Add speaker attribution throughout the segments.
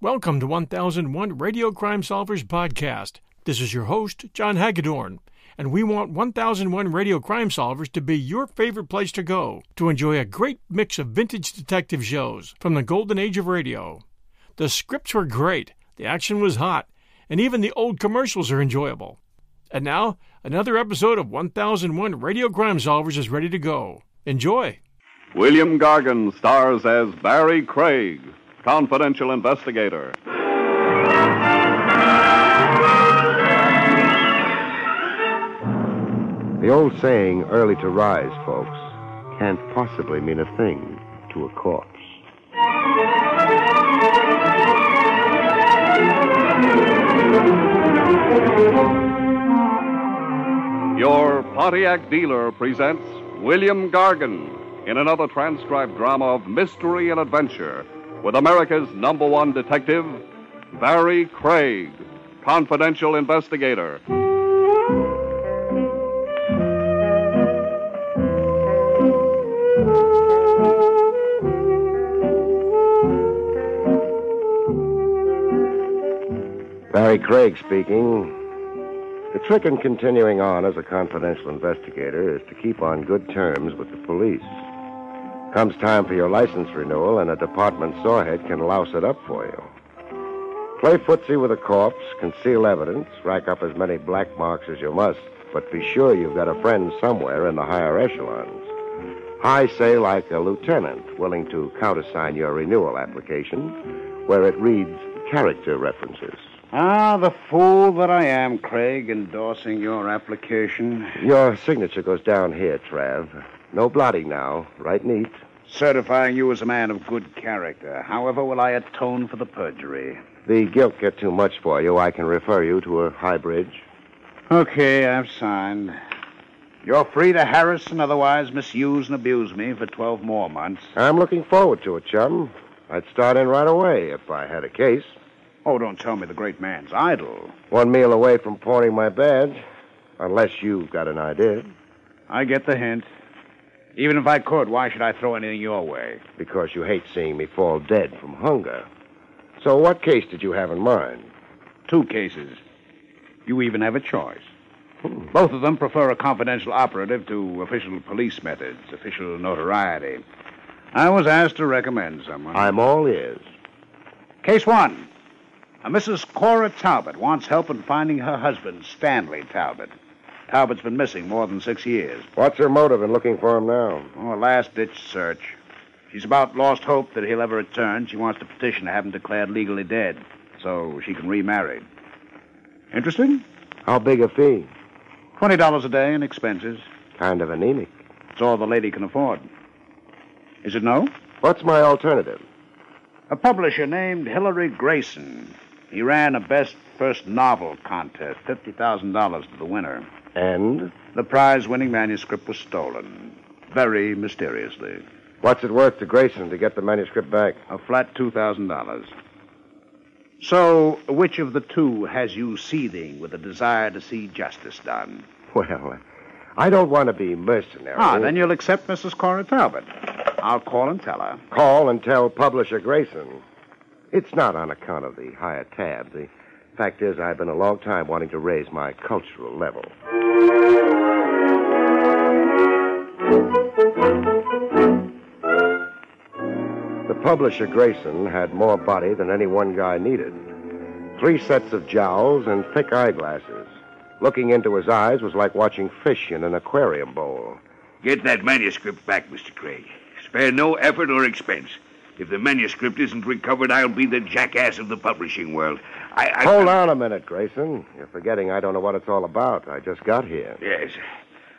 Speaker 1: Welcome to 1001 Radio Crime Solvers Podcast. This is your host, John Hagedorn, and we want 1001 Radio Crime Solvers to be your favorite place to go to enjoy a great mix of vintage detective shows from the golden age of radio. The scripts were great, the action was hot, and even the old commercials are enjoyable. And now, another episode of 1001 Radio Crime Solvers is ready to go. Enjoy!
Speaker 2: William Gargan stars as Barry Craig, confidential investigator.
Speaker 3: The old saying, early to rise, folks, can't possibly mean a thing to a corpse.
Speaker 2: Your Pontiac dealer presents William Gargan in another transcribed drama of mystery and adventure with America's number one detective, Barry Craig, confidential investigator.
Speaker 3: Barry Craig speaking. The trick in continuing on as a confidential investigator is to keep on good terms with the police. Comes time for your license renewal, and a department sawhead can louse it up for you. Play footsie with a corpse, conceal evidence, rack up as many black marks as you must, but be sure you've got a friend somewhere in the higher echelons. High, say, like a lieutenant willing to countersign your renewal application, where it reads character references.
Speaker 4: Ah, the fool that I am, Craig, endorsing your application.
Speaker 3: Your signature goes down here, Trav. No blotting now. Right neat.
Speaker 4: Certifying you as a man of good character. However, will I atone for the perjury?
Speaker 3: The guilt get too much for you. I can refer you to a high bridge.
Speaker 4: Okay, I've signed. You're free to harass and otherwise misuse and abuse me for 12 more months.
Speaker 3: I'm looking forward to it, chum. I'd start in right away if I had a case.
Speaker 4: Oh, don't tell me the great man's idle.
Speaker 3: One meal away from pawning my badge. Unless you've got an idea.
Speaker 4: I get the hint. Even if I could, why should I throw anything your way?
Speaker 3: Because you hate seeing me fall dead from hunger. So what case did you have in mind?
Speaker 4: Two cases. You even have a choice.
Speaker 3: Hmm.
Speaker 4: Both of them prefer a confidential operative to official police methods, official notoriety. I was asked to recommend someone.
Speaker 3: I'm all ears.
Speaker 4: Case one. A Mrs. Cora Talbot wants help in finding her husband, Stanley Talbot. Talbot's been missing more than six years.
Speaker 3: What's her motive in looking for him now?
Speaker 4: Oh, a last ditch search. She's about lost hope that he'll ever return. She wants to petition to have him declared legally dead so she can remarry. Interesting?
Speaker 3: How big a fee?
Speaker 4: $20 a day in expenses.
Speaker 3: Kind of anemic.
Speaker 4: It's all the lady can afford. Is it no?
Speaker 3: What's my alternative?
Speaker 4: A publisher named Hillary Grayson. He ran a best first novel contest, $50,000 to the winner.
Speaker 3: And
Speaker 4: The prize winning manuscript was stolen, very mysteriously.
Speaker 3: what's it worth to Grayson to get the manuscript back?
Speaker 4: A flat $2,000. So, which of the two has you seething with a desire to see justice done?
Speaker 3: Well, I don't want to be mercenary.
Speaker 4: Ah, then you'll accept Mrs. Cora Talbot. I'll call and tell her.
Speaker 3: call and tell publisher Grayson. It's not on account of the higher tab. The fact is, I've been a long time wanting to raise my cultural level. The publisher Grayson had more body than any one guy needed. Three sets of jowls and thick eyeglasses. Looking into his eyes was like watching fish in an aquarium bowl.
Speaker 5: Get that manuscript back, Mr. Craig. Spare no effort or expense. If the manuscript isn't recovered, I'll be the jackass of the publishing world. I. I
Speaker 3: Hold on a minute, Grayson. You're forgetting I don't know what it's all about. I just got here.
Speaker 5: Yes.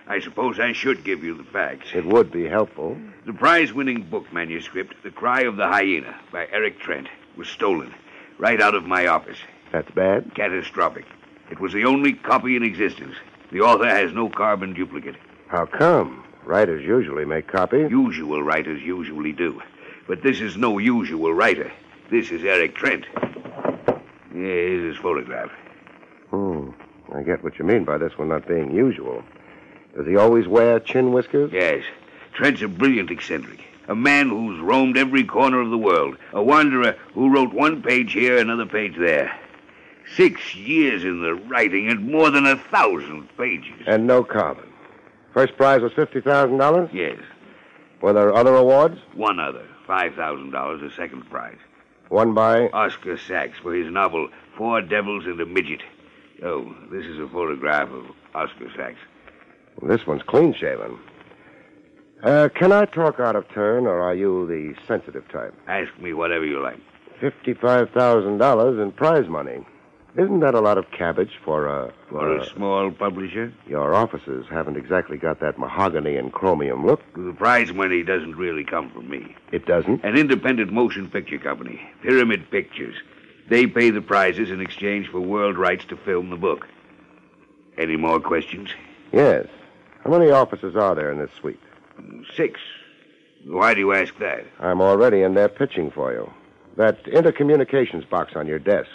Speaker 5: I suppose I should give you the facts.
Speaker 3: It would be helpful.
Speaker 5: The prize winning book manuscript, The Cry of the Hyena, by Eric Trent, was stolen right out of my office.
Speaker 3: That's bad.
Speaker 5: Catastrophic. It was the only copy in existence. The author has no carbon duplicate.
Speaker 3: How come? Writers usually make copy.
Speaker 5: Usual writers usually do. But this is no usual writer. This is Eric Trent. Here's his photograph.
Speaker 3: Hmm. I get what you mean by this one not being usual. Does he always wear chin whiskers?
Speaker 5: Yes. Trent's a brilliant eccentric. a man who's roamed every corner of the world, a wanderer who wrote one page here, another page there. Six years in the writing and more than a thousand pages.
Speaker 3: And no carbon. First prize was $50,000?
Speaker 5: Yes,
Speaker 3: Were there other awards?
Speaker 5: one other, $5,000, a second prize.
Speaker 3: Won by.
Speaker 5: Oscar Sachs for his novel, Four Devils and a Midget. Oh, this is a photograph of Oscar Sachs.
Speaker 3: This one's clean shaven. Uh, can I talk out of turn, or are you the sensitive type?
Speaker 5: Ask me whatever you like.
Speaker 3: $55,000 in prize money. Isn't that a lot of cabbage for a.
Speaker 5: For a small publisher,
Speaker 3: Your offices haven't exactly got that mahogany and chromium look.
Speaker 5: the prize money doesn't really come from me.
Speaker 3: It doesn't.
Speaker 5: An independent motion picture company, Pyramid Pictures. They pay the prizes in exchange for world rights to film the book. Any more questions?
Speaker 3: Yes. How many offices are there in this suite?
Speaker 5: Six. Why do you ask that?
Speaker 3: I'm already in there pitching for you. That intercommunications box on your desk.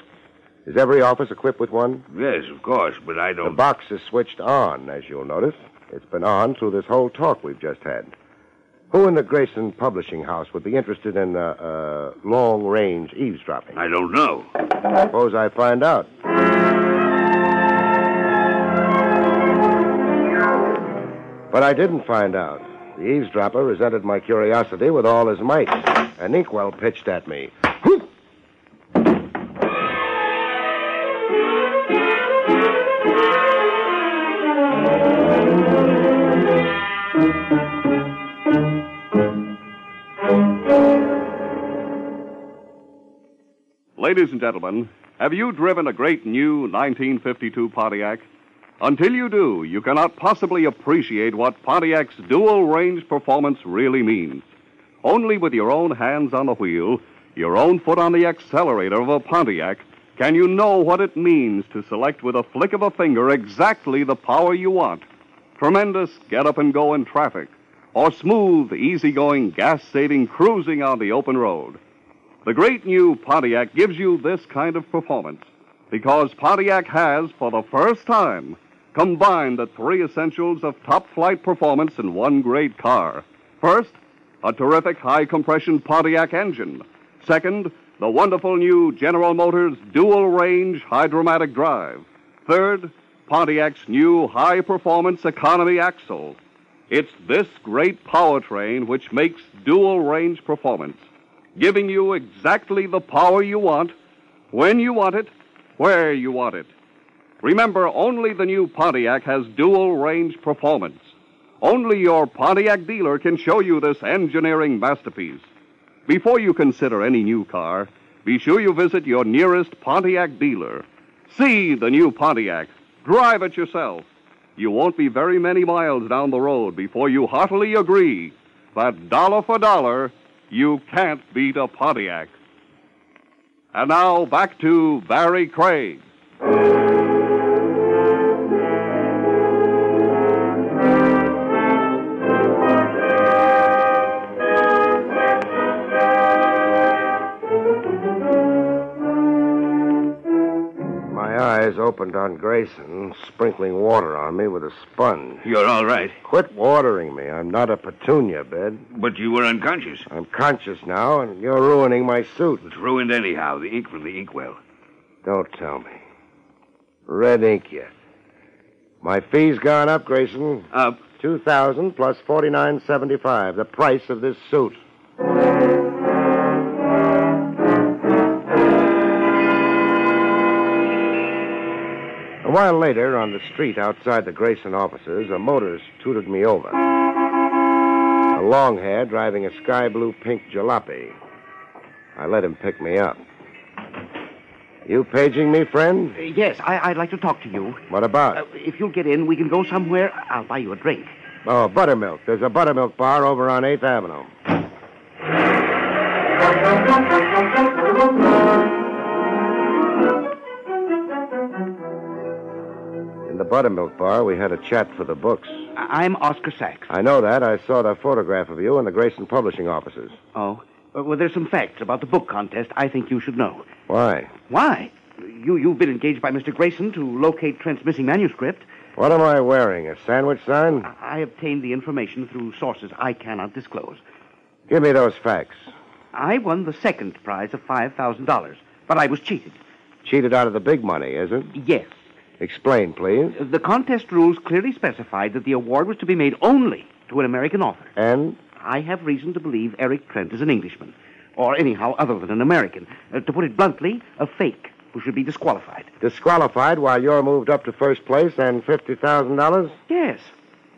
Speaker 3: Is every office equipped with one?
Speaker 5: Yes, of course, but I
Speaker 3: The
Speaker 5: don't.
Speaker 3: box is switched on, as you'll notice. It's been on through this whole talk we've just had. Who in the Grayson Publishing House would be interested in uh, uh, long range eavesdropping?
Speaker 5: I don't know.
Speaker 3: Suppose I find out. But I didn't find out. The eavesdropper resented my curiosity with all his might. An inkwell pitched at me. Whoop!
Speaker 2: Ladies and gentlemen, have you driven a great new 1952 Pontiac? Until you do, you cannot possibly appreciate what Pontiac's dual range performance really means. Only with your own hands on the wheel, your own foot on the accelerator of a Pontiac, can you know what it means to select with a flick of a finger exactly the power you want. Tremendous get up and go in traffic, or smooth, easygoing, gas saving cruising on the open road. The great new Pontiac gives you this kind of performance because Pontiac has, for the first time, combined the three essentials of top flight performance in one great car. First, a terrific high compression Pontiac engine. Second, the wonderful new General Motors dual range hydromatic drive. Third, Pontiac's new high performance economy axle. It's this great powertrain which makes dual range performance giving you exactly the power you want, when you want it, where you want it. Remember, only the new Pontiac has dual range performance. Only your Pontiac dealer can show you this engineering masterpiece. Before you consider any new car, be sure you visit your nearest Pontiac dealer. See the new Pontiac. Drive it yourself. You won't be very many miles down the road before you heartily agree that dollar for dollar, you can't beat a Pontiac. And now back to Barry Craig.
Speaker 3: My eyes opened on Grayson, sprinkling water on me with a sponge.
Speaker 5: You're all right,
Speaker 3: Quit watering me. I'm not a petunia bed.
Speaker 5: but you were unconscious.
Speaker 3: I'm conscious now, and you're ruining my suit.
Speaker 5: It's ruined anyhow, the ink from the inkwell.
Speaker 3: Don't tell me. Red ink yet. My fee's gone up, Grayson.
Speaker 5: Up.
Speaker 3: Two thousand plus forty nine seventy five, the price of this suit. A while later, on the street outside the Grayson offices, a motorist tooted me over. A long hair driving a sky blue pink jalopy. I let him pick me up. You paging me, friend?
Speaker 6: Uh, Yes, I, I'd like to talk to you.
Speaker 3: What about?
Speaker 6: Uh, if you'll get in, we can go somewhere. I'll buy you a drink.
Speaker 3: Oh, buttermilk. There's a buttermilk bar over on 8th Avenue. In the buttermilk bar, we had a chat for the books.
Speaker 6: I- I'm Oscar Sachs.
Speaker 3: I know that. I saw that photograph of you in the Grayson Publishing offices.
Speaker 6: Oh, uh, well, there's some facts about the book contest I think you should know.
Speaker 3: Why?
Speaker 6: Why? You, you've been engaged by Mr. Grayson to locate Trent's missing manuscript.
Speaker 3: What am I wearing? A sandwich sign?
Speaker 6: I I obtained the information through sources I cannot disclose.
Speaker 3: Give me those facts.
Speaker 6: I won the second prize of $5,000, but I was cheated.
Speaker 3: Cheated out of the big money, is it?
Speaker 6: Yes.
Speaker 3: Explain, please.
Speaker 6: The contest rules clearly specified that the award was to be made only to an American author.
Speaker 3: And
Speaker 6: I have reason to believe Eric Trent is an Englishman, or anyhow other than an American. Uh, to put it bluntly, a fake who should be disqualified.
Speaker 3: disqualified while you're moved up to first place and $50,000?
Speaker 6: Yes.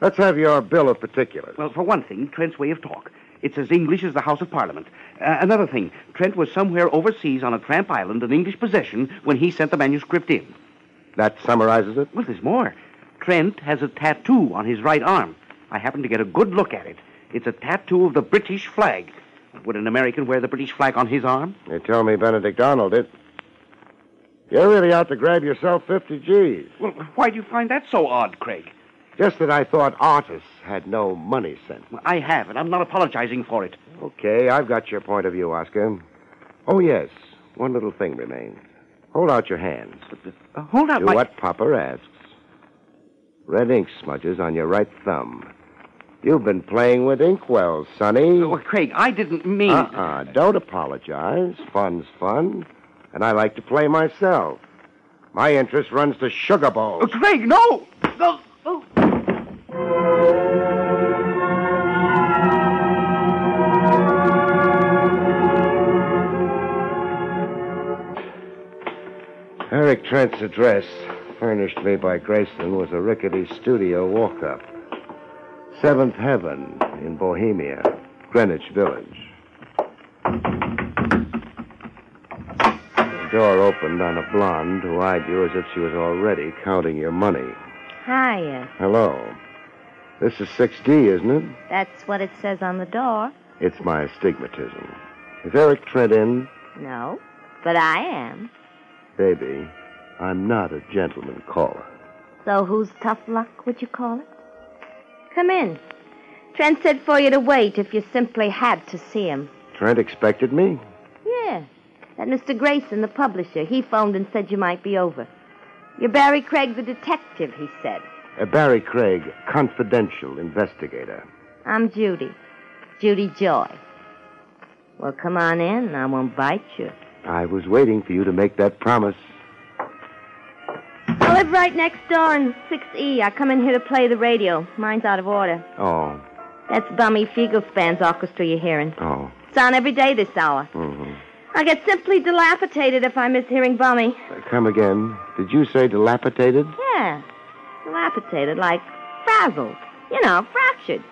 Speaker 3: Let's have your bill of particulars.
Speaker 6: Well, for one thing, Trent's way of talk. It's as English as the House of Parliament. Uh, another thing, Trent was somewhere overseas on a tramp island, an English possession, when he sent the manuscript in.
Speaker 3: That summarizes it.
Speaker 6: Well, there's more. Trent has a tattoo on his right arm. I happened to get a good look at it. It's a tattoo of the British flag. Would an American wear the British flag on his arm?
Speaker 3: They tell me Benedict Arnold did. You're really out to grab yourself 50 G's.
Speaker 6: Well, why do you find that so odd, Craig?
Speaker 3: Just that I thought artists had no money sense.
Speaker 6: Well, I have, and I'm not apologizing for it.
Speaker 3: Okay, I've got your point of view, Oscar. Oh, yes. One little thing remains. Hold out your hands.
Speaker 6: Uh, hold up,
Speaker 3: Do
Speaker 6: my...
Speaker 3: what Papa asks. Red ink smudges on your right thumb. You've been playing with inkwells, Sonny.
Speaker 6: Oh, Craig, I didn't mean.
Speaker 3: Uh-uh. Don't apologize. Fun's fun. And I like to play myself. My interest runs to sugar
Speaker 6: Oh,
Speaker 3: bowls.
Speaker 6: Craig, no! No! Oh.
Speaker 3: Eric Trent's address, furnished me by Grayson, was a rickety studio walk-up. Seventh Heaven in Bohemia, Greenwich Village. The door opened on a blonde who eyed you as if she was already counting your money.
Speaker 7: Hiya.
Speaker 3: Hello. This is 6D, isn't it?
Speaker 7: That's what it says on the door.
Speaker 3: It's my astigmatism. Is Eric Trent in?
Speaker 7: No, but I am.
Speaker 3: Baby, I'm not a gentleman caller.
Speaker 7: So whose tough luck would you call it? Come in. Trent said for you to wait if you simply had to see him.
Speaker 3: Trent expected me?
Speaker 7: Yeah. That Mr. Grayson, the publisher, he phoned and said you might be over. You're Barry Craig, the detective, he said.
Speaker 3: Uh, Barry Craig, confidential investigator.
Speaker 7: I'm Judy. Judy Joy. Well, come on in. I won't bite you.
Speaker 3: I was waiting for you to make that promise.
Speaker 7: I live right next door in 6E. I come in here to play the radio. Mine's out of order.
Speaker 3: Oh,
Speaker 7: That's bummy Fiegelspann's orchestra you're hearing.
Speaker 3: oh.
Speaker 7: It's on every day this hour.
Speaker 3: hmm
Speaker 7: I get simply dilapidated if I miss hearing bummy.
Speaker 3: come again. Did you say dilapidated?
Speaker 7: Yeah, dilapidated, like frazzled. You know, fractured.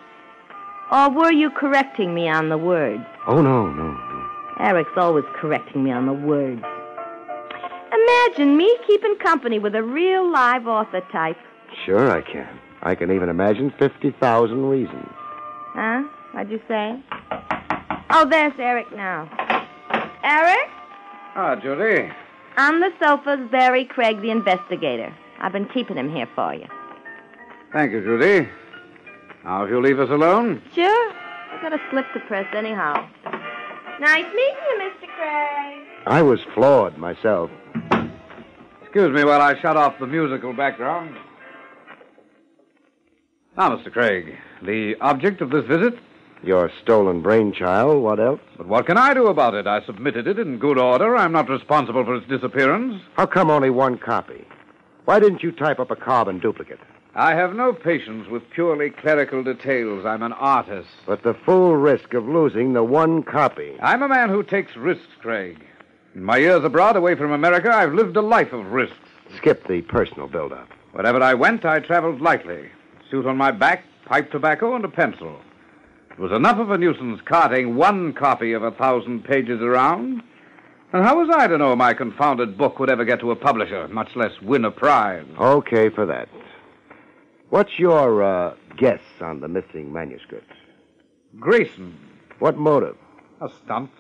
Speaker 7: Or were you correcting me on the words?
Speaker 3: Oh, no, no, no.
Speaker 7: Eric's always correcting me on the words. Imagine me keeping company with a real live author type.
Speaker 3: Sure, I can. I can even imagine 50,000 reasons.
Speaker 7: Huh? What'd you say? Oh, there's Eric now. Eric?
Speaker 8: Ah, Judy.
Speaker 7: On the sofa's Barry Craig, the investigator. I've been keeping him here for you.
Speaker 8: Thank you, Judy. Now, if you'll leave us alone.
Speaker 7: Sure. I got a slip to press anyhow. Nice meeting you, Mr. Craig.
Speaker 3: I was flawed myself.
Speaker 8: Excuse me while I shut off the musical background. Now, Mr. Craig, the object of this visit?
Speaker 3: Your stolen brainchild, what else?
Speaker 8: But what can I do about it? I submitted it in good order. I'm not responsible for its disappearance.
Speaker 3: How come only one copy? Why didn't you type up a carbon duplicate?
Speaker 8: I have no patience with purely clerical details. I'm an artist.
Speaker 3: But the full risk of losing the one copy.
Speaker 8: I'm a man who takes risks, Craig. In my years abroad, away from America, I've lived a life of risks.
Speaker 3: Skip the personal buildup.
Speaker 8: Wherever I went, I traveled lightly. Suit on my back, pipe tobacco, and a pencil. It was enough of a nuisance carting one copy of a thousand pages around. And how was I to know my confounded book would ever get to a publisher, much less win a prize?
Speaker 3: Okay for that. What's your uh, guess on the missing manuscript?
Speaker 8: Grayson,
Speaker 3: What motive?
Speaker 8: a stunt.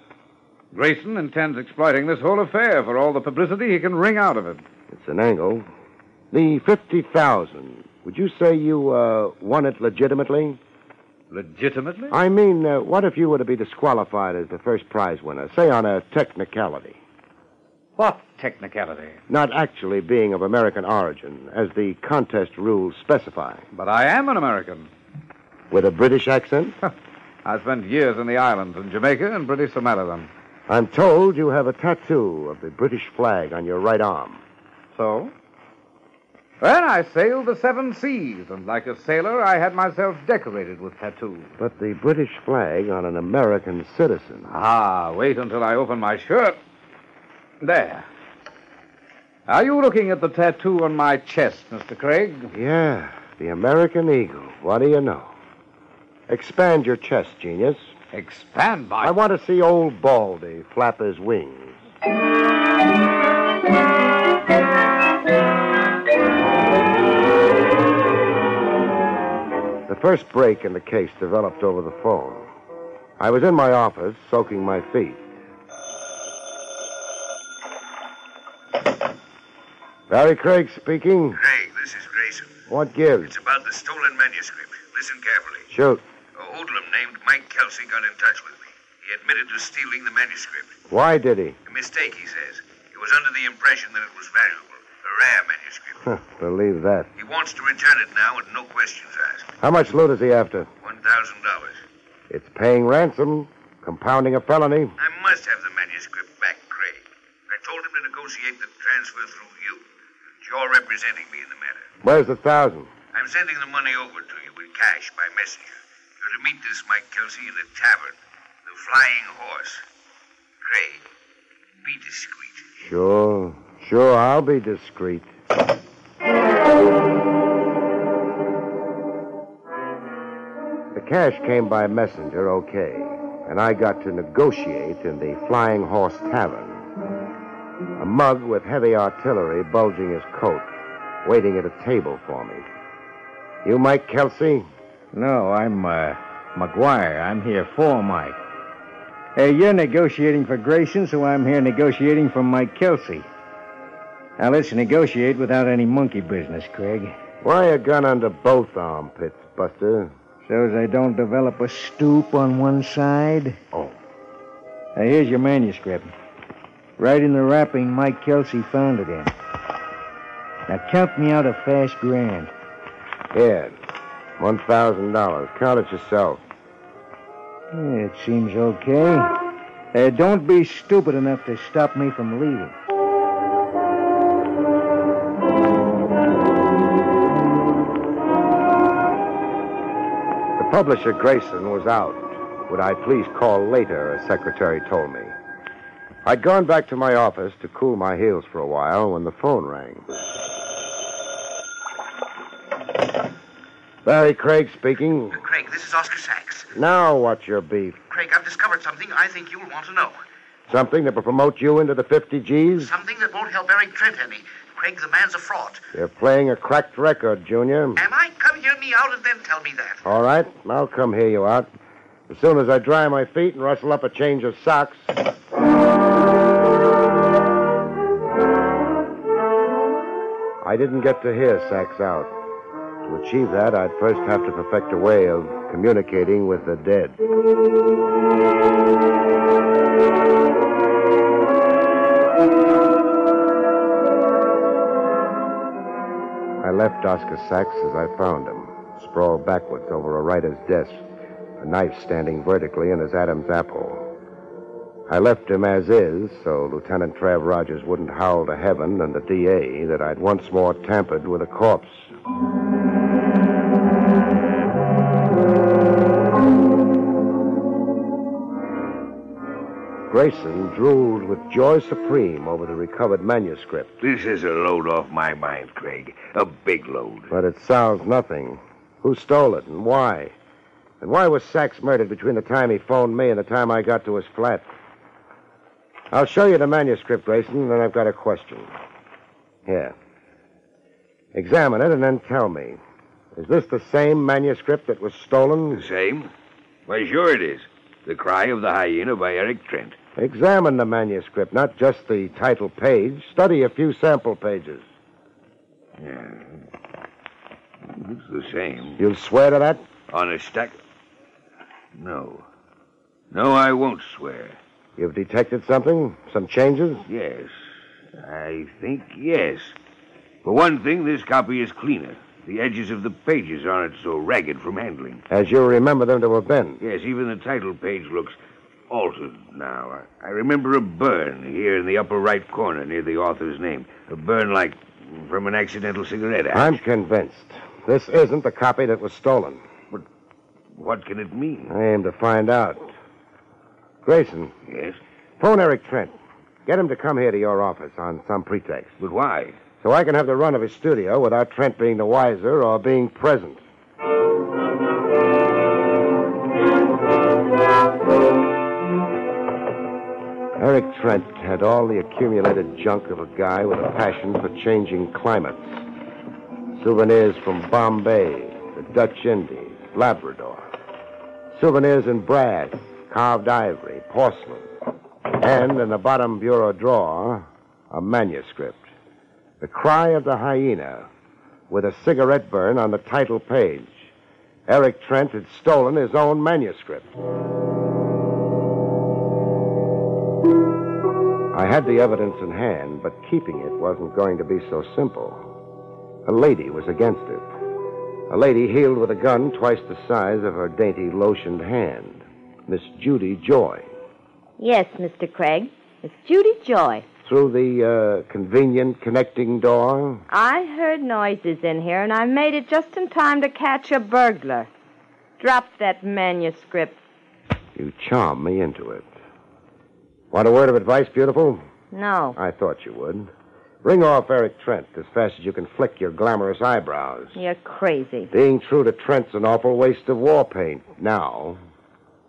Speaker 8: Grayson intends exploiting this whole affair for all the publicity he can wring out of it.
Speaker 3: It's an angle. The 50,000. Would you say you uh, won it legitimately?
Speaker 8: Legitimately?
Speaker 3: I mean, uh, what if you were to be disqualified as the first prize winner, say on a technicality?
Speaker 8: What technicality?
Speaker 3: Not actually being of American origin, as the contest rules specify.
Speaker 8: But I am an American.
Speaker 3: With a British accent?
Speaker 4: I spent years in the islands, in Jamaica and British Somaliland.
Speaker 3: I'm told you have a tattoo of the British flag on your right arm.
Speaker 4: So? Well, I sailed the seven seas, and like a sailor, I had myself decorated with tattoos.
Speaker 3: But the British flag on an American citizen.
Speaker 4: Ah, wait until I open my shirt. There. Are you looking at the tattoo on my chest, Mr. Craig?
Speaker 3: Yeah, the American eagle. What do you know? Expand your chest, genius.
Speaker 4: Expand my.
Speaker 3: I want to see old Baldy flap his wings. The first break in the case developed over the phone. I was in my office, soaking my feet. Barry Craig speaking.
Speaker 5: Craig, this is Grayson.
Speaker 3: What gives?
Speaker 5: It's about the stolen manuscript. Listen carefully.
Speaker 3: Shoot.
Speaker 5: A hoodlum named Mike Kelsey got in touch with me. He admitted to stealing the manuscript.
Speaker 3: Why did he?
Speaker 5: A mistake, he says. He was under the impression that it was valuable, a rare manuscript.
Speaker 3: Believe that.
Speaker 5: He wants to return it now with no questions asked.
Speaker 3: How much loot is he after?
Speaker 5: One thousand dollars.
Speaker 3: It's paying ransom, compounding a felony.
Speaker 5: I must have the manuscript back, Craig. I told him to negotiate the transfer through you. You're representing me in the matter.
Speaker 3: Where's the thousand?
Speaker 5: I'm sending the money over to you in cash by messenger. You're to meet this Mike Kelsey in a tavern, the Flying Horse. Craig, be discreet.
Speaker 3: Sure, sure, I'll be discreet. The cash came by messenger, okay, and I got to negotiate in the Flying Horse Tavern. A mug with heavy artillery bulging his coat, waiting at a table for me. You, Mike Kelsey?
Speaker 9: No, I'm uh, McGuire. I'm here for Mike. Hey, you're negotiating for Grayson, so I'm here negotiating for Mike Kelsey. Now let's negotiate without any monkey business, Craig.
Speaker 3: Why a gun under both armpits, Buster?
Speaker 9: So as I don't develop a stoop on one side.
Speaker 3: Oh.
Speaker 9: Now here's your manuscript. Right in the wrapping Mike Kelsey found it in. Now count me out a fast grand.
Speaker 3: Here, $1,000. Count it yourself.
Speaker 9: Yeah, it seems okay. Uh, don't be stupid enough to stop me from leaving.
Speaker 3: The publisher, Grayson, was out. Would I please call later, a secretary told me. I'd gone back to my office to cool my heels for a while when the phone rang. Barry Craig speaking.
Speaker 10: Craig, this is Oscar Sachs.
Speaker 3: Now what's your beef?
Speaker 10: Craig, I've discovered something I think you'll want to know.
Speaker 3: Something that will promote you into the 50 G's?
Speaker 10: Something that won't help Eric Trent any. Craig, the man's a fraud.
Speaker 3: You're playing a cracked record, Junior.
Speaker 10: Am I? Come hear me out and then tell me that.
Speaker 3: All right, I'll come hear you out. As soon as I dry my feet and rustle up a change of socks. I didn't get to hear Sacks out. To achieve that, I'd first have to perfect a way of communicating with the dead. I left Oscar Sachs as I found him, sprawled backwards over a writer's desk, a knife standing vertically in his Adam's apple. I left him as is, so Lieutenant Trav Rogers wouldn't howl to heaven and the DA that I'd once more tampered with a corpse. Grayson drooled with joy supreme over the recovered manuscript.
Speaker 5: This is a load off my mind, Craig. A big load.
Speaker 3: But it solves nothing. Who stole it and why? And why was Sachs murdered between the time he phoned me and the time I got to his flat? I'll show you the manuscript, Grayson, and then I've got a question. Here. Examine it and then tell me. Is this the same manuscript that was stolen?
Speaker 5: The same? Why, sure it is. The Cry of the Hyena by Eric Trent.
Speaker 3: Examine the manuscript, not just the title page. Study a few sample pages.
Speaker 5: Yeah. It's the same.
Speaker 3: You'll swear to that?
Speaker 5: On a stack? No. No, I won't swear.
Speaker 3: You've detected something? Some changes?
Speaker 5: Yes. I think yes. For one thing, this copy is cleaner. The edges of the pages aren't so ragged from handling.
Speaker 3: As you remember them to have been.
Speaker 5: Yes, even the title page looks altered now. I, I remember a burn here in the upper right corner near the author's name. A burn like from an accidental cigarette ash.
Speaker 3: I'm convinced. This isn't the copy that was stolen.
Speaker 5: What can it mean?
Speaker 3: I aim to find out. Grayson,
Speaker 5: Yes?
Speaker 3: phone Eric Trent. Get him to come here to your office on some pretext.
Speaker 5: But why?
Speaker 3: So I can have the run of his studio without Trent being the wiser or being present. Eric Trent had all the accumulated junk of a guy with a passion for changing climates. Souvenirs from Bombay, the Dutch Indies, Labrador. Souvenirs in brass, carved ivory, porcelain. And in the bottom bureau drawer, a manuscript. The Cry of the Hyena, with a cigarette burn on the title page. Eric Trent had stolen his own manuscript. I had the evidence in hand, but keeping it wasn't going to be so simple. A lady was against it. A lady healed with a gun twice the size of her dainty, lotioned hand. Miss Judy Joy.
Speaker 7: Yes, Mr. Craig. It's Judy Joy.
Speaker 3: Through the uh, convenient connecting door,
Speaker 7: I heard noises in here, and I made it just in time to catch a burglar. Drop that manuscript.
Speaker 3: You charm me into it. Want a word of advice, beautiful?
Speaker 7: No.
Speaker 3: I thought you would. Ring off Eric Trent as fast as you can flick your glamorous eyebrows.
Speaker 7: You're crazy.
Speaker 3: Being true to Trent's an awful waste of war paint now.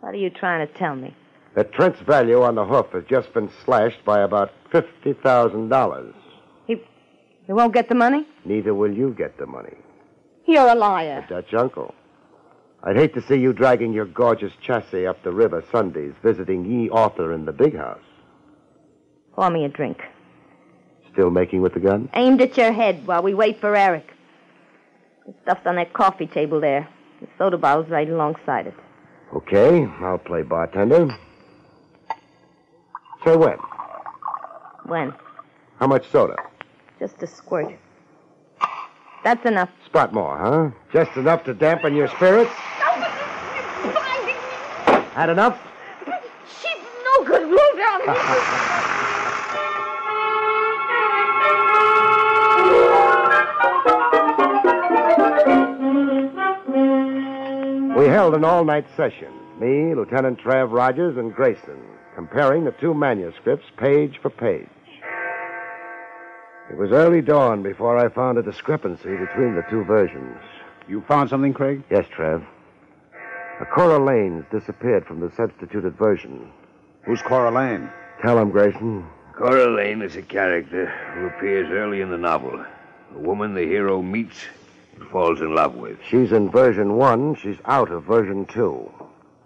Speaker 7: What are you trying to tell me?
Speaker 3: That Trent's value on the hoof has just been slashed by about $50,000.
Speaker 7: You won't get the money?
Speaker 3: Neither will you get the money.
Speaker 7: You're a liar.
Speaker 3: Dutch uncle. I'd hate to see you dragging your gorgeous chassis up the river Sundays visiting ye author in the big house.
Speaker 7: Pour me a drink.
Speaker 3: Still making with the gun?
Speaker 7: Aimed at your head while we wait for Eric. It's stuffed on that coffee table there. The soda bottle's right alongside it.
Speaker 3: Okay, I'll play bartender. Say when?
Speaker 7: When?
Speaker 3: How much soda?
Speaker 7: Just a squirt. That's enough.
Speaker 3: Spot more, huh? Just enough to dampen your spirits? Had enough?
Speaker 7: She's no good. Roll down here.
Speaker 3: We held an all night session. Me, Lieutenant Trav Rogers, and Grayson, comparing the two manuscripts page for page. It was early dawn before I found a discrepancy between the two versions.
Speaker 4: You found something, Craig?
Speaker 3: Yes, Trav. A Cora Lane's disappeared from the substituted version.
Speaker 4: Who's Cora Lane?
Speaker 3: Tell him, Grayson.
Speaker 5: Cora Lane is a character who appears early in the novel. A woman the hero meets and falls in love with.
Speaker 3: She's in version one, she's out of version two.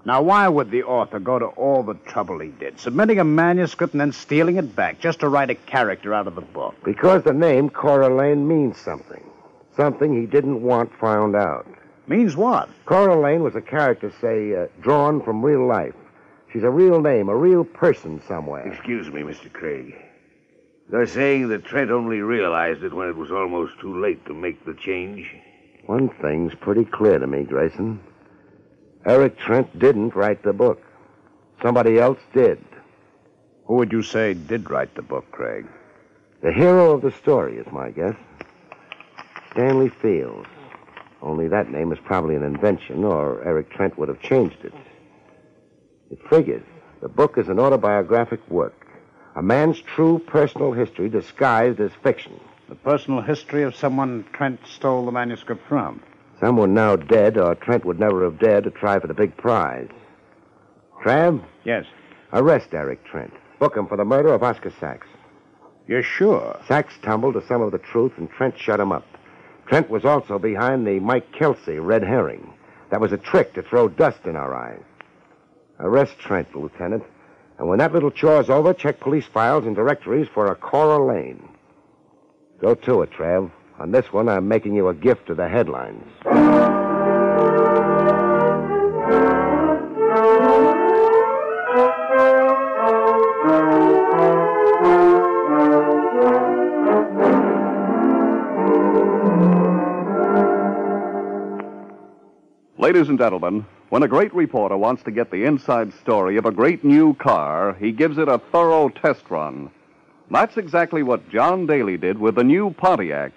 Speaker 4: Now, why would the author go to all the trouble he did, submitting a manuscript and then stealing it back just to write a character out of the book?
Speaker 3: Because the name Cora Lane means something. Something he didn't want found out.
Speaker 4: Means what?
Speaker 3: Cora Lane was a character, say, uh, drawn from real life. She's a real name, a real person somewhere.
Speaker 5: Excuse me, Mr. Craig. You're saying that Trent only realized it when it was almost too late to make the change?
Speaker 3: One thing's pretty clear to me, Grayson. Eric Trent didn't write the book. Somebody else did.
Speaker 4: Who would you say did write the book, Craig?
Speaker 3: The hero of the story is my guess. Stanley Fields. Only that name is probably an invention, or Eric Trent would have changed it. It figures. The book is an autobiographic work, a man's true personal history disguised as fiction.
Speaker 4: The personal history of someone Trent stole the manuscript from.
Speaker 3: Someone now dead, or Trent would never have dared to try for the big prize. Trav,
Speaker 4: Yes.
Speaker 3: arrest Eric Trent. Book him for the murder of Oscar Sachs.
Speaker 4: You're sure?
Speaker 3: Sachs tumbled to some of the truth, and Trent shut him up. Trent was also behind the Mike Kelsey red herring. That was a trick to throw dust in our eyes. Arrest Trent, Lieutenant. And when that little chore's over, check police files and directories for a Cora Lane. Go to it, Trav. On this one, I'm making you a gift to the headlines.
Speaker 2: Ladies and gentlemen, when a great reporter wants to get the inside story of a great new car, he gives it a thorough test run. That's exactly what John Daly did with the new Pontiac.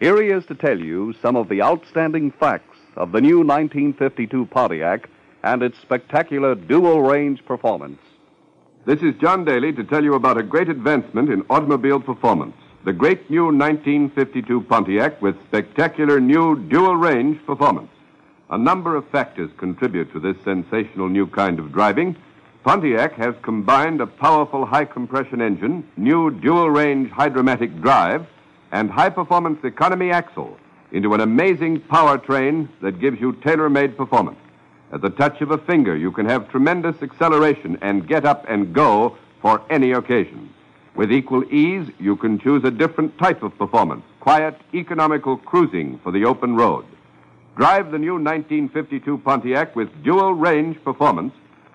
Speaker 2: Here he is to tell you some of the outstanding facts of the new 1952 Pontiac and its spectacular dual range performance.
Speaker 11: This is John Daly to tell you about a great advancement in automobile performance. The great new 1952 Pontiac with spectacular new dual range performance. A number of factors contribute to this sensational new kind of driving. Pontiac has combined a powerful high compression engine, new dual range hydromatic drive, and high performance economy axle into an amazing powertrain that gives you tailor made performance. At the touch of a finger, you can have tremendous acceleration and get up and go for any occasion. With equal ease, you can choose a different type of performance quiet, economical cruising for the open road. Drive the new 1952 Pontiac with dual range performance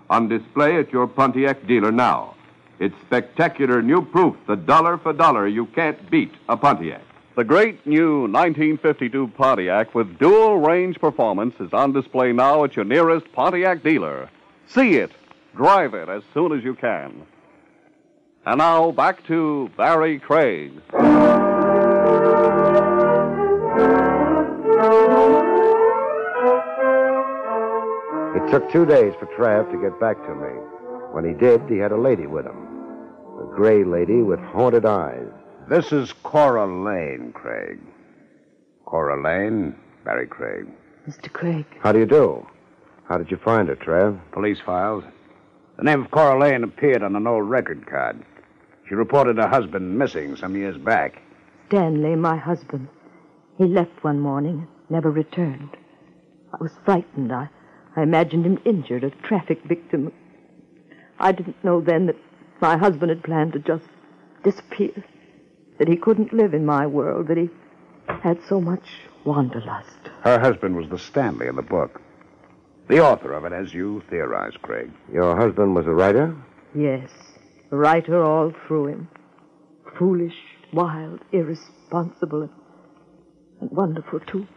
Speaker 11: on display at your Pontiac dealer now. It's spectacular new proof that dollar for dollar you can't beat a Pontiac.
Speaker 2: The great new 1952 Pontiac with dual range performance is on display now at your nearest Pontiac dealer. See it, drive it as soon as you can. And now back to Barry Craig.
Speaker 3: It took two days for Trav to get back to me. When he did, he had a lady with him. A gray lady with haunted eyes.
Speaker 4: This is Cora Lane, Craig. Cora Lane, Barry Craig.
Speaker 12: Mr. Craig.
Speaker 3: How do you do? How did you find her, Trav?
Speaker 4: Police files. The name of Cora Lane appeared on an old record card. She reported her husband missing some years back.
Speaker 12: Stanley, my husband. He left one morning and never returned. I was frightened. I, I imagined him injured, a traffic victim. I didn't know then that my husband had planned to just disappear, that he couldn't live in my world, that he had so much wanderlust.
Speaker 4: Her husband was the Stanley in the book. The author of it, as you theorize, Craig.
Speaker 3: Your husband was a writer?
Speaker 12: Yes, a writer all through him. Foolish, wild, irresponsible, and, and wonderful, too.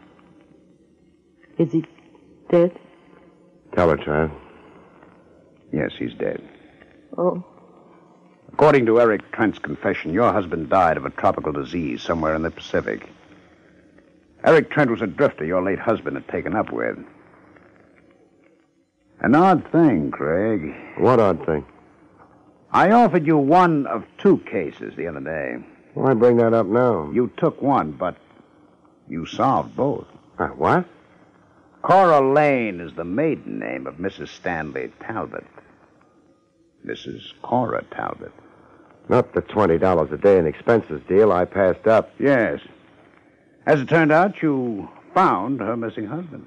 Speaker 12: Is he dead?
Speaker 3: Tell her, Trav.
Speaker 4: Yes, he's dead.
Speaker 12: Oh,
Speaker 4: According to Eric Trent's confession, your husband died of a tropical disease somewhere in the Pacific. Eric Trent was a drifter your late husband had taken up with. An odd thing, Craig.
Speaker 3: What odd thing?
Speaker 4: I offered you one of two cases the other day.
Speaker 3: Why bring that up now?
Speaker 4: You took one, but you solved both.
Speaker 3: Uh, what?
Speaker 4: Cora Lane is the maiden name of Mrs. Stanley Talbot. Mrs. Cora Talbot.
Speaker 3: Not the $20 a day in expenses deal I passed up.
Speaker 4: Yes. As it turned out, you found her missing husband.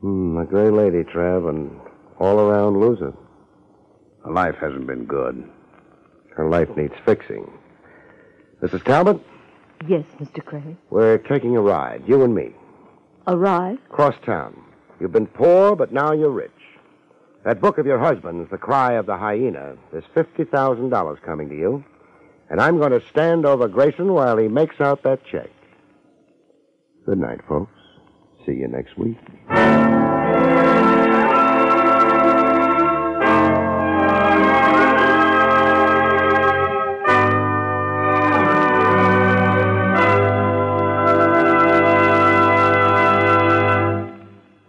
Speaker 3: Hmm, a gray lady, Trav, and all around loser.
Speaker 4: Her life hasn't been good.
Speaker 3: Her life needs fixing. Mrs. Talbot,
Speaker 12: yes, Mr. Craig.
Speaker 3: we're taking a ride, you and me.
Speaker 12: Arrived?
Speaker 3: Cross town. You've been poor, but now you're rich. That book of your husband's, The Cry of the Hyena, there's $50,000 coming to you. And I'm going to stand over Grayson while he makes out that check. Good night, folks. See you next week.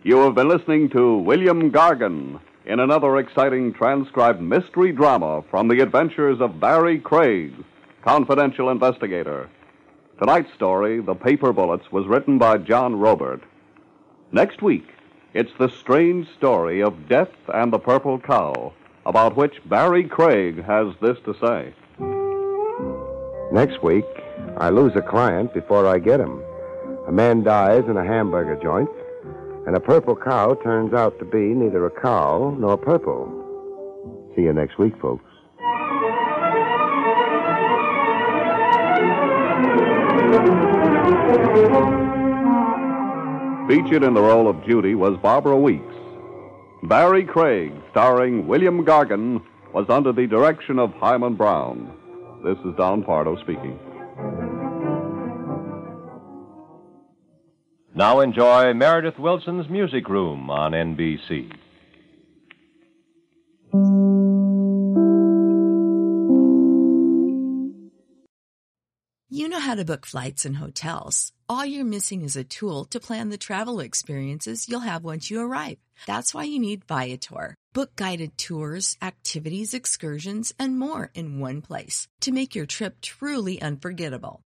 Speaker 2: You have been listening to William Gargan in another exciting transcribed mystery drama from the adventures of Barry Craig, confidential investigator. Tonight's story, The Paper Bullets, was written by John Robert. Next week, it's the strange story of Death and the Purple Cow, about which Barry Craig has this to say.
Speaker 3: Next week, I lose a client before I get him. A man dies in a hamburger joint, and a purple cow turns out to be neither a cow nor purple. See you next week, folks.
Speaker 2: Featured in the role of Judy was Barbara Weeks. Barry Craig, starring William Gargan, was under the direction of Hyman Brown. This is Don Pardo speaking.
Speaker 13: Now enjoy Meredith Wilson's Music Room on NBC.
Speaker 14: You know how to book flights and hotels. All you're missing is a tool to plan the travel experiences you'll have once you arrive. That's why you need Viator. Book guided tours, activities, excursions, and more in one place to make your trip truly unforgettable.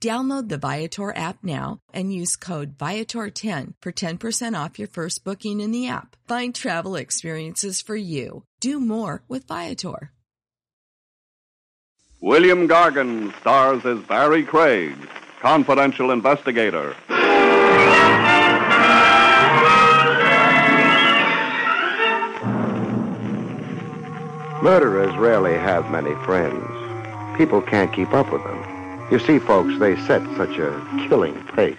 Speaker 14: Download the Viator app now and use code Viator10 for 10% off your first booking in the app. Find travel experiences for you. Do more with Viator.
Speaker 2: William Gargan stars as Barry Craig, confidential investigator.
Speaker 3: Murderers rarely have many friends. People can't keep up with them. You see, folks, they set such a killing pace.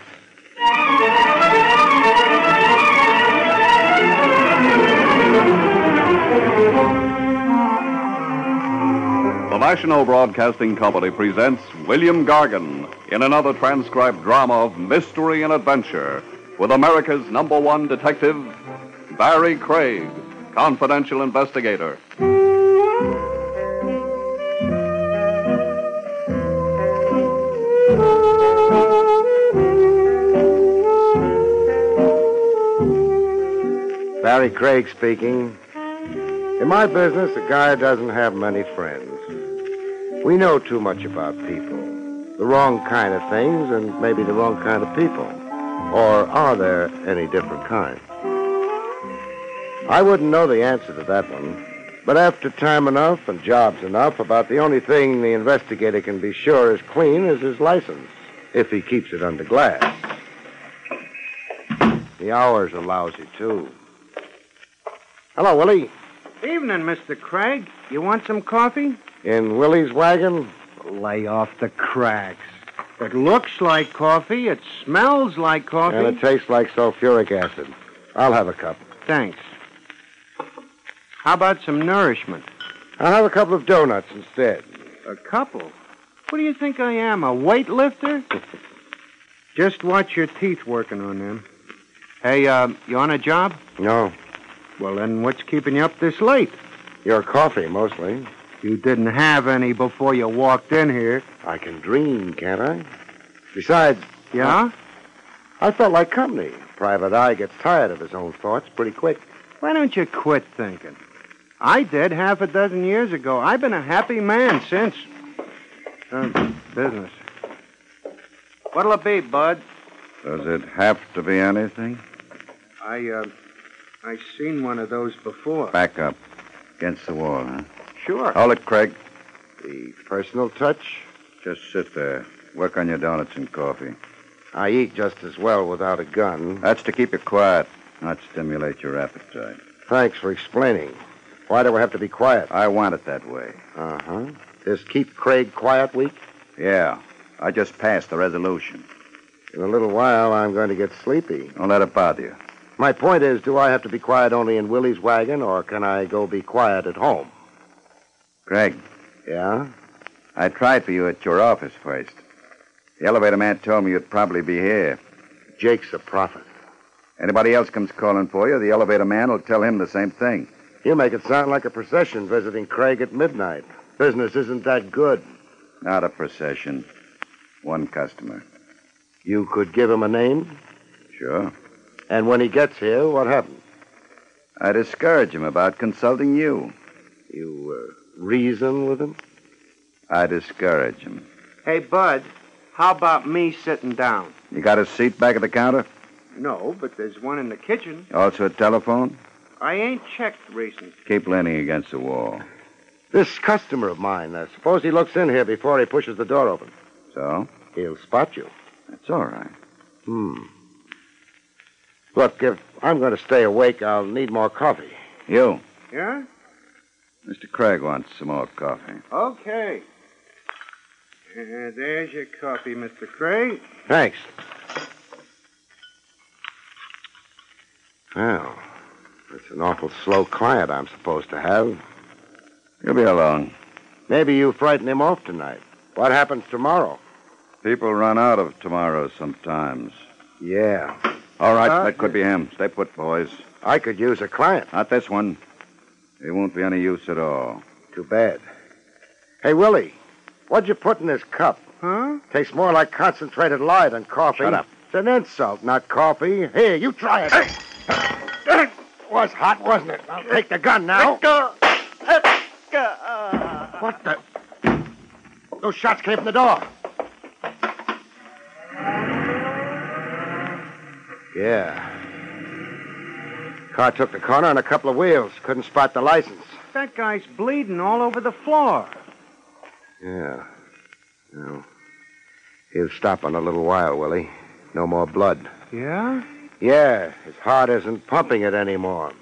Speaker 2: The National Broadcasting Company presents William Gargan in another transcribed drama of mystery and adventure with America's number one detective, Barry Craig, confidential investigator.
Speaker 3: Barry Craig speaking. In my business, a guy doesn't have many friends. We know too much about people, the wrong kind of things, and maybe the wrong kind of people. Or are there any different kinds? I wouldn't know the answer to that one, but after time enough and jobs enough, about the only thing the investigator can be sure is clean is his license, if he keeps it under glass. The hours are lousy, too. Hello, Willie.
Speaker 15: Evening, Mr. Craig. You want some coffee?
Speaker 3: In Willie's wagon?
Speaker 15: Lay off the cracks. It looks like coffee. It smells like coffee.
Speaker 3: And it tastes like sulfuric acid. I'll have a cup.
Speaker 15: Thanks. How about some nourishment?
Speaker 3: I'll have a couple of donuts instead.
Speaker 15: A couple? What do you think I am, a weightlifter? Just watch your teeth working on them. Hey, uh, you on a job?
Speaker 3: No.
Speaker 15: Well, then what's keeping you up this late?
Speaker 3: Your coffee, mostly.
Speaker 15: You didn't have any before you walked in here.
Speaker 3: I can dream, can't I? Besides.
Speaker 15: Yeah?
Speaker 3: I felt like company. Private Eye gets tired of his own thoughts pretty quick.
Speaker 15: Why don't you quit thinking? I did half a dozen years ago. I've been a happy man since. Uh, business. What'll it be, Bud?
Speaker 4: Does it have to be anything?
Speaker 15: I, uh, I seen one of those before.
Speaker 4: Back up. Against the wall, huh?
Speaker 15: Sure.
Speaker 4: Hold it, Craig.
Speaker 3: The personal touch?
Speaker 4: Just sit there. Work on your donuts and coffee.
Speaker 3: I eat just as well without a gun.
Speaker 4: That's to keep you quiet, not stimulate your appetite.
Speaker 3: Thanks for explaining. Why do I have to be quiet?
Speaker 4: I want it that way.
Speaker 3: Uh huh. This Keep Craig Quiet Week?
Speaker 4: Yeah. I just passed the resolution.
Speaker 3: In a little while, I'm going to get sleepy.
Speaker 4: Don't let it bother you.
Speaker 3: My point is, do I have to be quiet only in Willie's wagon, or can I go be quiet at home?
Speaker 4: Craig.
Speaker 3: Yeah?
Speaker 4: I tried for you at your office first. The elevator man told me you'd probably be here.
Speaker 3: Jake's a prophet.
Speaker 4: Anybody else comes calling for you, the elevator man will tell him the same thing.
Speaker 3: You make it sound like a procession visiting Craig at midnight. Business isn't that good.
Speaker 4: Not a procession. One customer.
Speaker 3: You could give him a name?
Speaker 4: Sure.
Speaker 3: And when he gets here, what happens?
Speaker 4: I discourage him about consulting you.
Speaker 3: You uh, reason with him?
Speaker 4: I discourage him.
Speaker 15: Hey, Bud, how about me sitting down?
Speaker 4: You got a seat back at the counter?
Speaker 15: No, but there's one in the kitchen.
Speaker 4: Also a telephone?
Speaker 15: I ain't checked recently.
Speaker 4: Keep leaning against the wall.
Speaker 3: This customer of mine, uh, suppose he looks in here before he pushes the door open.
Speaker 4: So?
Speaker 3: He'll spot you.
Speaker 4: That's all right.
Speaker 3: Hmm. Look, if I'm going to stay awake, I'll need more coffee.
Speaker 4: You.
Speaker 15: Yeah?
Speaker 4: Mr. Craig wants some more coffee.
Speaker 15: Okay. Uh, there's your coffee, Mr. Craig.
Speaker 3: Thanks. Well, it's an awful slow client I'm supposed to have.
Speaker 4: He'll be along.
Speaker 3: Maybe you frighten him off tonight. What happens tomorrow?
Speaker 4: People run out of tomorrow sometimes.
Speaker 3: Yeah.
Speaker 4: All right,
Speaker 3: Uh,
Speaker 4: that could be him. Stay put, boys.
Speaker 3: I could use a client.
Speaker 4: Not this one. He won't be any use at all.
Speaker 3: Too bad. Hey, Willie, what'd you put in this cup?
Speaker 15: Huh?
Speaker 3: Tastes more like concentrated lye than coffee.
Speaker 4: Shut up.
Speaker 3: It's an insult, not coffee. Here, you try it. It was hot, wasn't it? I'll take the gun now. What the? Those shots came from the door. Yeah. Car took the corner on a couple of wheels. Couldn't spot the license.
Speaker 15: That guy's bleeding all over the floor.
Speaker 3: Yeah. No. He'll stop in a little while, Willie. No more blood.
Speaker 15: Yeah?
Speaker 3: Yeah, his heart isn't pumping it anymore.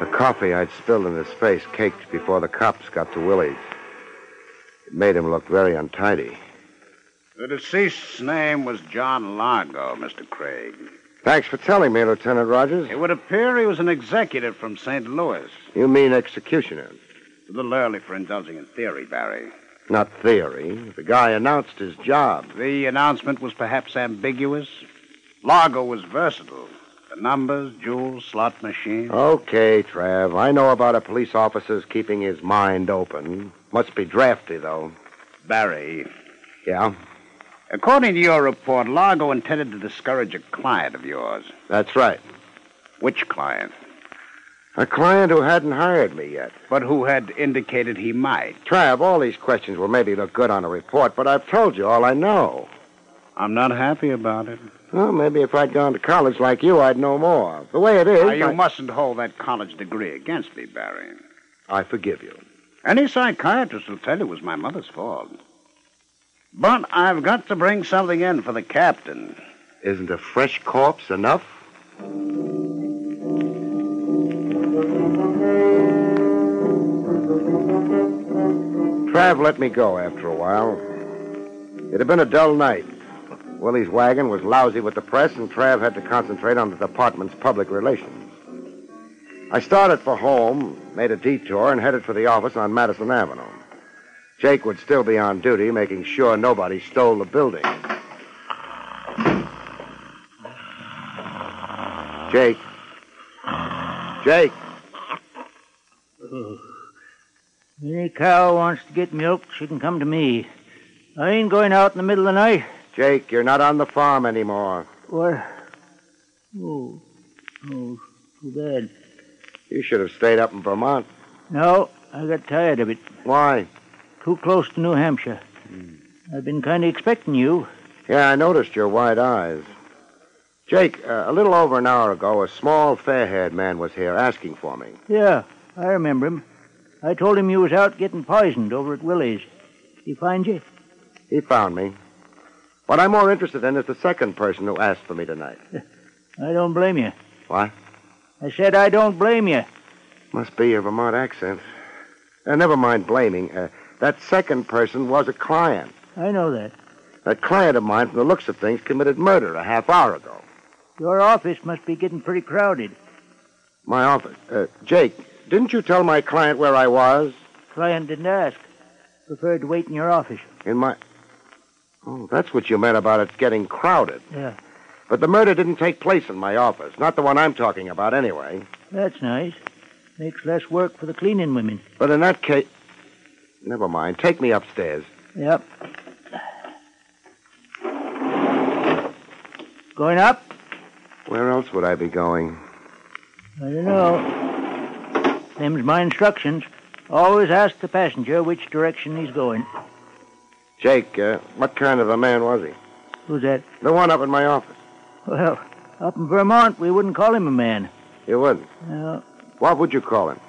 Speaker 3: The coffee I'd spilled in his face caked before the cops got to Willie's. It made him look very untidy.
Speaker 4: The deceased's name was John Largo, Mr. Craig.
Speaker 3: Thanks for telling me, Lieutenant Rogers.
Speaker 4: It would appear he was an executive from St. Louis.
Speaker 3: You mean executioner,
Speaker 4: A little early for indulging in theory, Barry.
Speaker 3: not theory. The guy announced his job.
Speaker 4: The announcement was perhaps ambiguous. Largo was versatile. The numbers, jewels, slot machine.
Speaker 3: Okay, Trav. I know about a police officer's keeping his mind open. Must be drafty, though.
Speaker 4: Barry.
Speaker 3: Yeah?
Speaker 4: According to your report, Largo intended to discourage a client of yours.
Speaker 3: That's right.
Speaker 4: Which client?
Speaker 3: A client who hadn't hired me yet.
Speaker 4: But who had indicated he might.
Speaker 3: Trav, all these questions will maybe look good on a report, but I've told you all I know.
Speaker 4: I'm not happy about it.
Speaker 3: Well, maybe if I'd gone to college like you, I'd know more. The way it is.
Speaker 4: Now, Ah, you
Speaker 3: I-
Speaker 4: mustn't hold that college degree against me, Barry.
Speaker 3: I forgive you.
Speaker 4: Any psychiatrist will tell you it was my mother's fault. But I've got to bring something in for the captain.
Speaker 3: Isn't a fresh corpse enough? Trav let me go after a while. It had been a dull night. Willie's wagon was lousy with the press, and Trav had to concentrate on the department's public relations. I started for home, made a detour, and headed for the office on Madison Avenue. Jake would still be on duty, making sure nobody stole the building. Jake. Jake.
Speaker 16: Any cow wants to get milk, she can come to me. I ain't going out in the middle of the night.
Speaker 3: Jake, you're not on the farm anymore.
Speaker 16: What? Oh, oh, too bad.
Speaker 3: You should have stayed up in Vermont.
Speaker 16: No, I got tired of it.
Speaker 3: Why? Hmm.
Speaker 16: Too close to New Hampshire. I've been kind of expecting you.
Speaker 3: Yeah, I noticed your wide eyes. Jake, uh, a little over an hour ago, a small, fair haired man was here asking for me.
Speaker 16: Yeah, I remember him. I told him you was out getting poisoned over at Willie's. He find you?
Speaker 3: He found me. What I'm more interested in is the second person who asked for me tonight.
Speaker 16: I don't blame you.
Speaker 3: Why?
Speaker 16: I said I don't blame you.
Speaker 3: Must be your Vermont accent. Uh, never mind blaming. Uh, that second person was a client.
Speaker 16: I know that.
Speaker 3: That client of mine, from the looks of things, committed murder a half hour ago.
Speaker 16: Your office must be getting pretty crowded.
Speaker 3: My office. Uh, Jake, didn't you tell my client where I was?
Speaker 16: Client didn't ask. Preferred to wait in your office.
Speaker 3: In my. Oh, that's what you meant about it getting crowded.
Speaker 16: Yeah.
Speaker 3: But the murder didn't take place in my office. Not the one I'm talking about, anyway.
Speaker 16: That's nice. Makes less work for the cleaning women.
Speaker 3: But in that case. Never mind. Take me upstairs.
Speaker 16: Yep. Going up?
Speaker 3: Where else would I be going?
Speaker 16: I don't know. Them's my instructions. Always ask the passenger which direction he's going.
Speaker 3: Jake, uh, what kind of a man was he?
Speaker 16: Who's that?
Speaker 3: The one up in my office.
Speaker 16: Well, up in Vermont, we wouldn't call him a man.
Speaker 3: You wouldn't.
Speaker 16: No,
Speaker 3: What would you call him?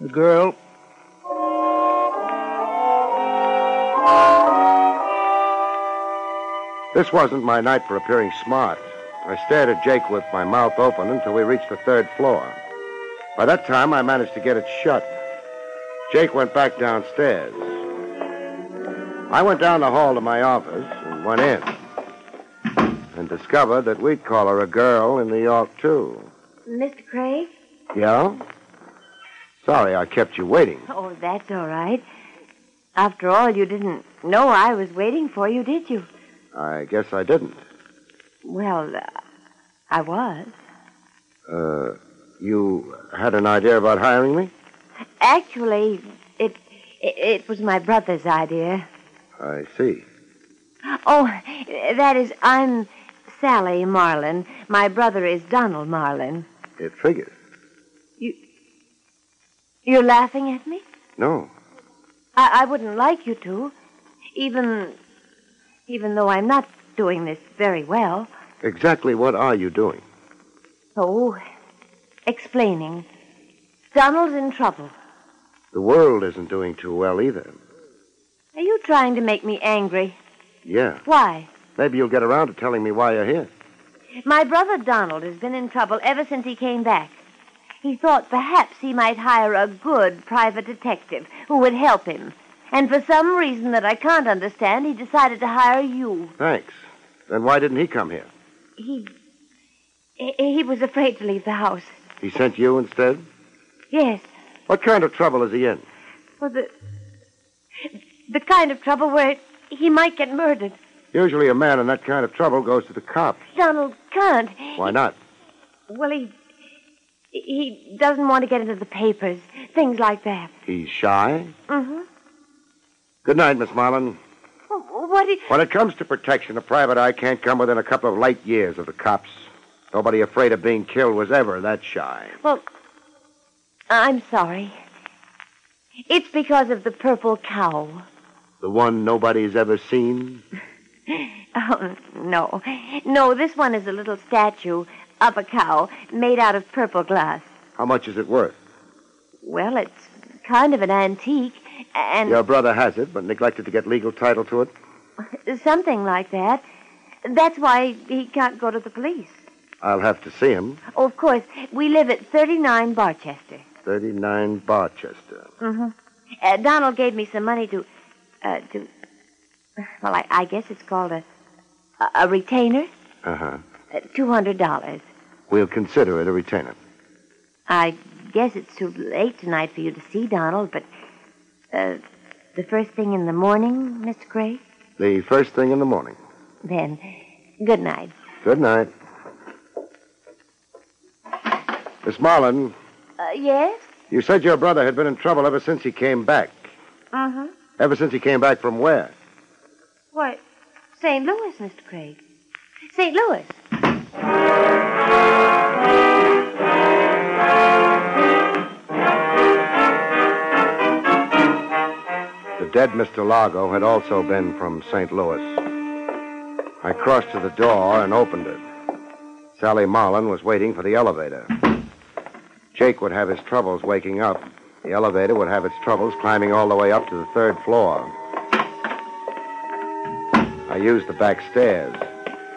Speaker 16: a girl.
Speaker 3: This wasn't my night for appearing smart. I stared at Jake with my mouth open until we reached the third floor. By that time, I managed to get it shut. Jake went back downstairs. I went down the hall to my office and went in and discovered that we'd call her a girl in New York, too.
Speaker 7: Mr. Craig?
Speaker 3: Yeah? Sorry I kept you waiting.
Speaker 17: Oh, that's all right. After all, you didn't know I was waiting for you, did you?
Speaker 3: I guess I didn't.
Speaker 17: Well, uh, I was.
Speaker 3: Uh, you had an idea about hiring me?
Speaker 17: Actually, it, it it was my brother's idea.
Speaker 3: I see.
Speaker 17: Oh, that is, I'm Sally Marlin. My brother is Donald Marlin.
Speaker 3: It figures.
Speaker 17: You're laughing at me?
Speaker 3: No.
Speaker 17: I, I wouldn't like you to, even even though I'm not doing this very well.
Speaker 3: Exactly what are you doing?
Speaker 17: Oh, explaining. Donald's in trouble.
Speaker 3: The world isn't doing too well either.
Speaker 17: Are you trying to make me angry?
Speaker 3: Yeah.
Speaker 17: Why?
Speaker 3: Maybe you'll get around to telling me why you're here.
Speaker 17: My brother Donald has been in trouble ever since he came back. He thought perhaps he might hire a good private detective who would help him. And for some reason that I can't understand, he decided to hire you.
Speaker 3: Thanks. Then why didn't he come here?
Speaker 17: He. He he was afraid to leave the house.
Speaker 3: He sent you instead?
Speaker 17: Yes.
Speaker 3: What kind of trouble is he in?
Speaker 17: Well, the. The kind of trouble where he might get murdered.
Speaker 3: Usually a man in that kind of trouble goes to the cops.
Speaker 17: Donald can't.
Speaker 3: Why not?
Speaker 17: Well, he. He doesn't want to get into the papers. Things like that.
Speaker 3: He's shy.
Speaker 17: Mm-hmm.
Speaker 3: Good night, Miss Marlin.
Speaker 17: What is.
Speaker 3: When it comes to protection, a private eye can't come within a couple of light years of the cops. Nobody afraid of being killed was ever that shy.
Speaker 17: Well, I'm sorry. It's because of the purple cow.
Speaker 3: The one nobody's ever seen?
Speaker 17: Oh, no. No, this one is a little statue of a cow made out of purple glass.
Speaker 3: How much is it worth?
Speaker 17: Well, it's kind of an antique, and
Speaker 3: Your brother has it, but neglected to get legal title to it.
Speaker 17: something like that. That's why he can't go to the police.
Speaker 3: I'll have to see him.
Speaker 17: Oh, of course, we live at 39 Barchester.
Speaker 3: 39 Barchester.
Speaker 17: Mm-hmm. Uh, Donald gave me some money to, uh, to, well, I, I guess it's called a, a, a retainer,
Speaker 3: Uh huh.
Speaker 17: uh, $200.
Speaker 3: We'll consider it a retainer.
Speaker 17: I guess it's too late tonight for you to see Donald, but, uh, the first thing in the morning, Mr. Gray?
Speaker 3: The first thing in the morning.
Speaker 17: Then, good night.
Speaker 3: Good night. Miss Marlin,
Speaker 17: Uh, yes?
Speaker 3: you said your brother had been in trouble ever since he came back.
Speaker 17: Mm-hmm.
Speaker 3: Ever since he came back from where?
Speaker 17: Why, St. Louis, Mr. Craig. St. Louis.
Speaker 3: The dead Mr. Largo had also been from St. Louis. I crossed to the door and opened it. Sally Marlin was waiting for the elevator. Jake would have his troubles waking up. The elevator would have its troubles climbing all the way up to the third floor. I used the back stairs.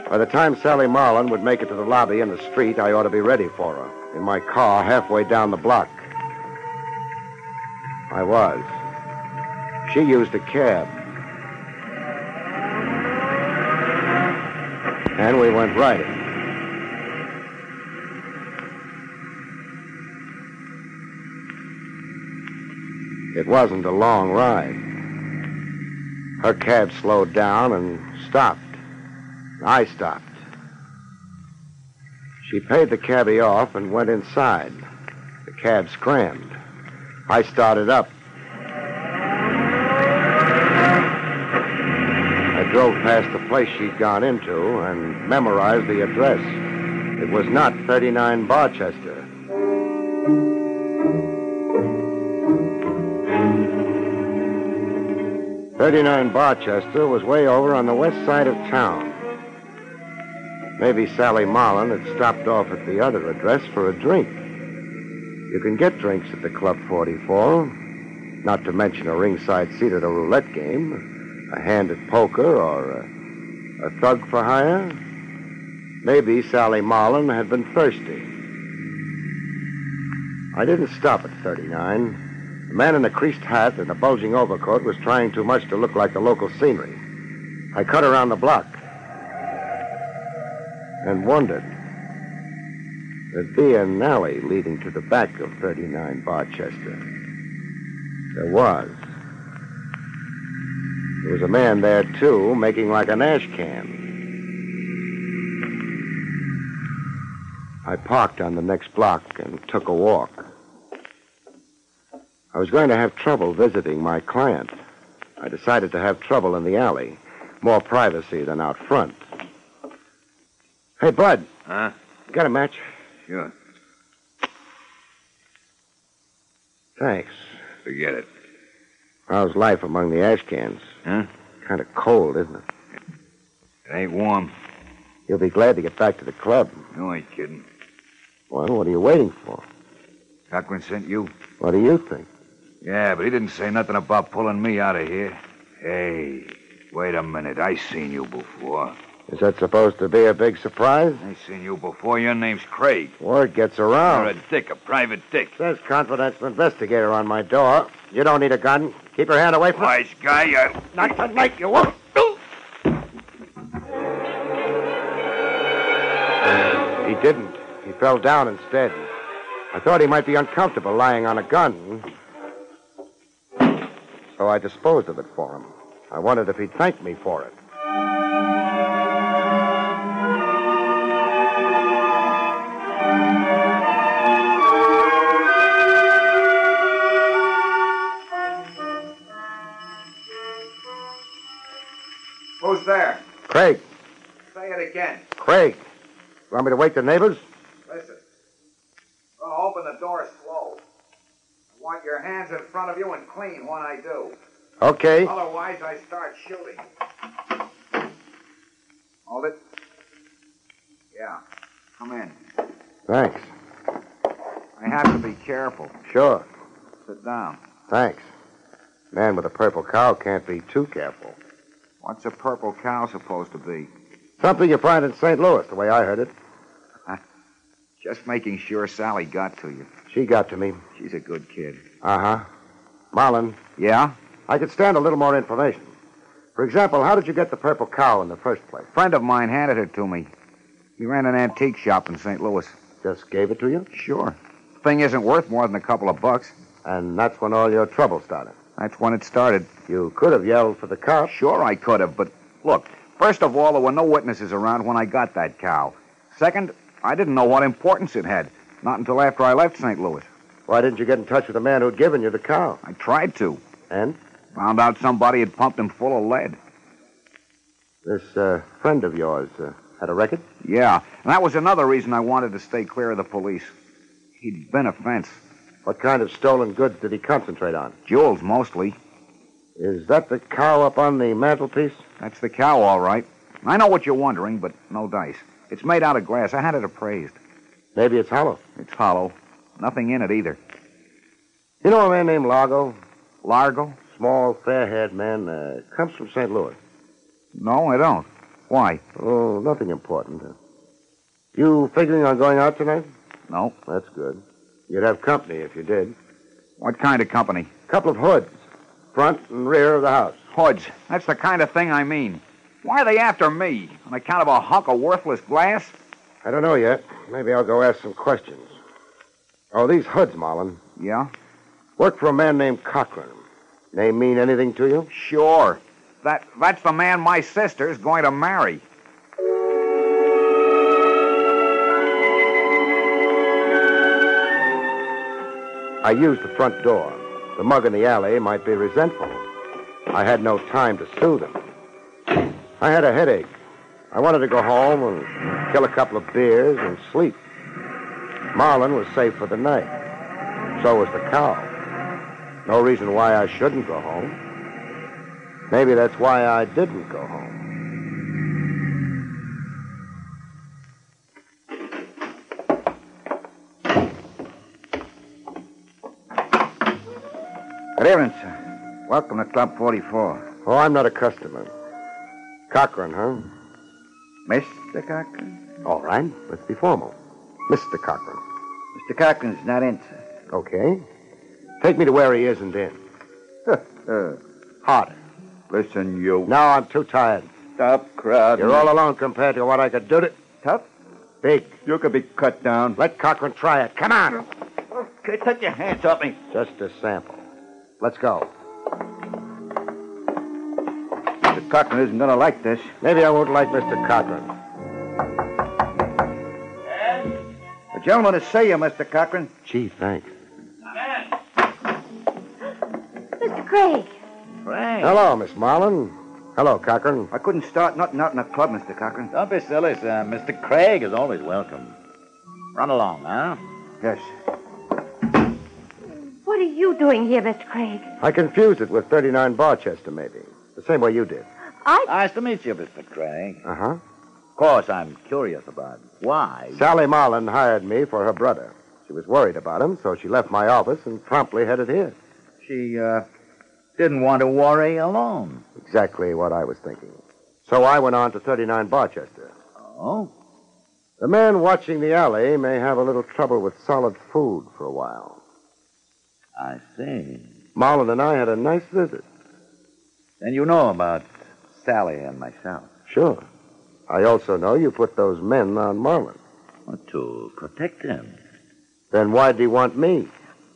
Speaker 3: By the time Sally Marlin would make it to the lobby and the street, I ought to be ready for her. In my car, halfway down the block. I was. She used a cab. And we went riding. It wasn't a long ride. Her cab slowed down and stopped. I stopped. She paid the cabbie off and went inside. The cab scrammed. I started up. I drove past the place she'd gone into and memorized the address. It was not 39 Barchester. Thirty-nine Barchester was way over on the west side of town. Maybe Sally Marlin had stopped off at the other address for a drink. You can get drinks at the Club 44, not to mention a ringside seat at a roulette game a hand at poker or a A thug for hire? Maybe Sally Marlin had been thirsty. I didn't stop at 39. The man in the creased hat and the bulging overcoat was trying too much to look like the local scenery. I cut around the block and wondered. There'd be an alley leading to the back of 39 Barchester. There was. There was a man there, too, making like an ash can. I parked on the next block and took a walk. I was going to have trouble visiting my client. I decided to have trouble in the alley. More privacy than out front. Hey, Bud.
Speaker 5: Huh?
Speaker 3: Got a match?
Speaker 5: Sure.
Speaker 3: Thanks.
Speaker 5: Forget it.
Speaker 3: How's life among the ash cans?
Speaker 5: Huh?
Speaker 3: Kind of cold, isn't it?
Speaker 5: It ain't warm.
Speaker 3: You'll be glad to get back to the club.
Speaker 5: No, ain't kidding.
Speaker 3: Well, what are you waiting for?
Speaker 5: Cochran sent you?
Speaker 3: What do you think?
Speaker 5: Yeah, but he didn't say nothing about pulling me out of here. Hey, wait a minute. I seen you before.
Speaker 3: Is that supposed to be a big surprise?
Speaker 5: I seen you before. Your name's Craig.
Speaker 3: Word gets around.
Speaker 5: You're a dick, a private dick.
Speaker 3: Says confidential investigator on my door. You don't need a gun. Keep your hand away from
Speaker 5: Wise guy, I...
Speaker 3: Not tonight, you won't. He didn't. He fell down instead. I thought he might be uncomfortable lying on a gun. So I disposed of it for him. I wondered if he'd thank me for it.
Speaker 4: Who's there?
Speaker 3: Craig,
Speaker 4: Say it again.
Speaker 3: Craig. You want me to wake the neighbors?
Speaker 4: Listen. Well, open the door slow. I want your hands in front of you and clean when I do.
Speaker 3: Okay.
Speaker 4: Otherwise, I start shooting. Hold it. Yeah. Come in.
Speaker 3: Thanks.
Speaker 4: I have to be careful.
Speaker 3: Sure.
Speaker 4: Sit down.
Speaker 3: Thanks. Man with a purple cow can't be too careful.
Speaker 4: What's a purple cow supposed to be?
Speaker 3: Something you find in St. Louis, the way I heard it.
Speaker 4: Just making sure Sally got to you.
Speaker 3: She got to me.
Speaker 4: She's a good kid.
Speaker 3: Uh huh. Marlin.
Speaker 4: Yeah?
Speaker 3: I could stand a little more information. For example, how did you get the purple cow in the first place?
Speaker 4: A friend of mine handed her to me. He ran an antique shop in St. Louis.
Speaker 3: Just gave it to you?
Speaker 4: Sure. Thing isn't worth more than a couple of bucks.
Speaker 3: And that's when all your trouble started.
Speaker 4: That's when it started.
Speaker 3: You could have yelled for the cops.
Speaker 4: Sure, I could have, but look, first of all, there were no witnesses around when I got that cow. Second, I didn't know what importance it had, not until after I left St. Louis.
Speaker 3: Why didn't you get in touch with the man who'd given you the cow?
Speaker 4: I tried to.
Speaker 3: And?
Speaker 4: Found out somebody had pumped him full of lead.
Speaker 3: This uh, friend of yours uh, had a record?
Speaker 4: Yeah, and that was another reason I wanted to stay clear of the police. He'd been a fence.
Speaker 3: What kind of stolen goods did he concentrate on?
Speaker 4: Jewels, mostly.
Speaker 3: Is that the cow up on the mantelpiece?
Speaker 4: That's the cow, all right. I know what you're wondering, but no dice. It's made out of glass. I had it appraised.
Speaker 3: Maybe it's hollow.
Speaker 4: It's hollow. Nothing in it either.
Speaker 3: You know a man named Largo?
Speaker 4: Largo?
Speaker 3: Small, fair haired man. Uh, comes from St. Louis.
Speaker 4: No, I don't. Why?
Speaker 3: Oh, nothing important. You figuring on going out tonight?
Speaker 4: No.
Speaker 3: That's good. You'd have company if you did.
Speaker 4: What kind of company?
Speaker 3: Couple of hoods, front and rear of the house.
Speaker 4: Hoods. That's the kind of thing I mean. Why are they after me? On account of a hunk of worthless glass?
Speaker 3: I don't know yet. Maybe I'll go ask some questions. Oh, these hoods, Marlin,
Speaker 4: Yeah?
Speaker 3: work for a man named Cochran. Name mean anything to you?
Speaker 4: Sure. That that's the man my sister's going to marry.
Speaker 3: I used the front door. The mug in the alley might be resentful. I had no time to soothe him. I had a headache. I wanted to go home and kill a couple of beers and sleep. Marlin was safe for the night. So was the cow. No reason why I shouldn't go home. Maybe that's why I didn't go home.
Speaker 18: Good evening, sir. Welcome to Club 44.
Speaker 3: Oh, I'm not a customer. Cochran, huh?
Speaker 19: Mr. Cochran?
Speaker 3: All right, let's be formal. Mr. Cochran.
Speaker 19: Mr. Cochran's not in, sir.
Speaker 3: Okay. Take me to where he isn't in. Harder.
Speaker 19: Uh. Listen, you.
Speaker 3: No, I'm too tired.
Speaker 19: Stop crowding.
Speaker 3: You're all alone compared to what I could do to.
Speaker 19: Tough?
Speaker 3: Big.
Speaker 19: You could be cut down.
Speaker 3: Let Cochran try it. Come on.
Speaker 19: Okay, take your hands off me.
Speaker 3: Just a sample. Let's go.
Speaker 19: Mr. Cochran isn't going to like this.
Speaker 3: Maybe I won't like Mr. Cochran.
Speaker 19: The gentleman to see you, Mr. Cochran.
Speaker 3: Gee, thanks.
Speaker 17: Mr. Craig.
Speaker 19: Frank.
Speaker 3: Hello, Miss Marlin. Hello, Cochran.
Speaker 19: I couldn't start nothing out in a club, Mr. Cochran.
Speaker 4: Don't be silly, sir. Mr. Craig is always welcome. Run along, huh?
Speaker 19: Yes.
Speaker 17: What are you doing here, Mr. Craig?
Speaker 3: I confused it with 39 Barchester, maybe. The same way you did.
Speaker 17: I.
Speaker 4: Nice to meet you, Mr. Craig.
Speaker 3: Uh huh.
Speaker 4: Of course, I'm curious about why.
Speaker 3: Sally Marlin hired me for her brother. She was worried about him, so she left my office and promptly headed here.
Speaker 4: She uh, didn't want to worry alone.
Speaker 3: Exactly what I was thinking. So I went on to 39 Barchester.
Speaker 4: Oh?
Speaker 3: The man watching the alley may have a little trouble with solid food for a while.
Speaker 4: I see.
Speaker 3: Marlin and I had a nice visit.
Speaker 4: Then you know about Sally and myself.
Speaker 3: Sure. I also know you put those men on Marlin.
Speaker 4: to protect him.
Speaker 3: Then why do you want me?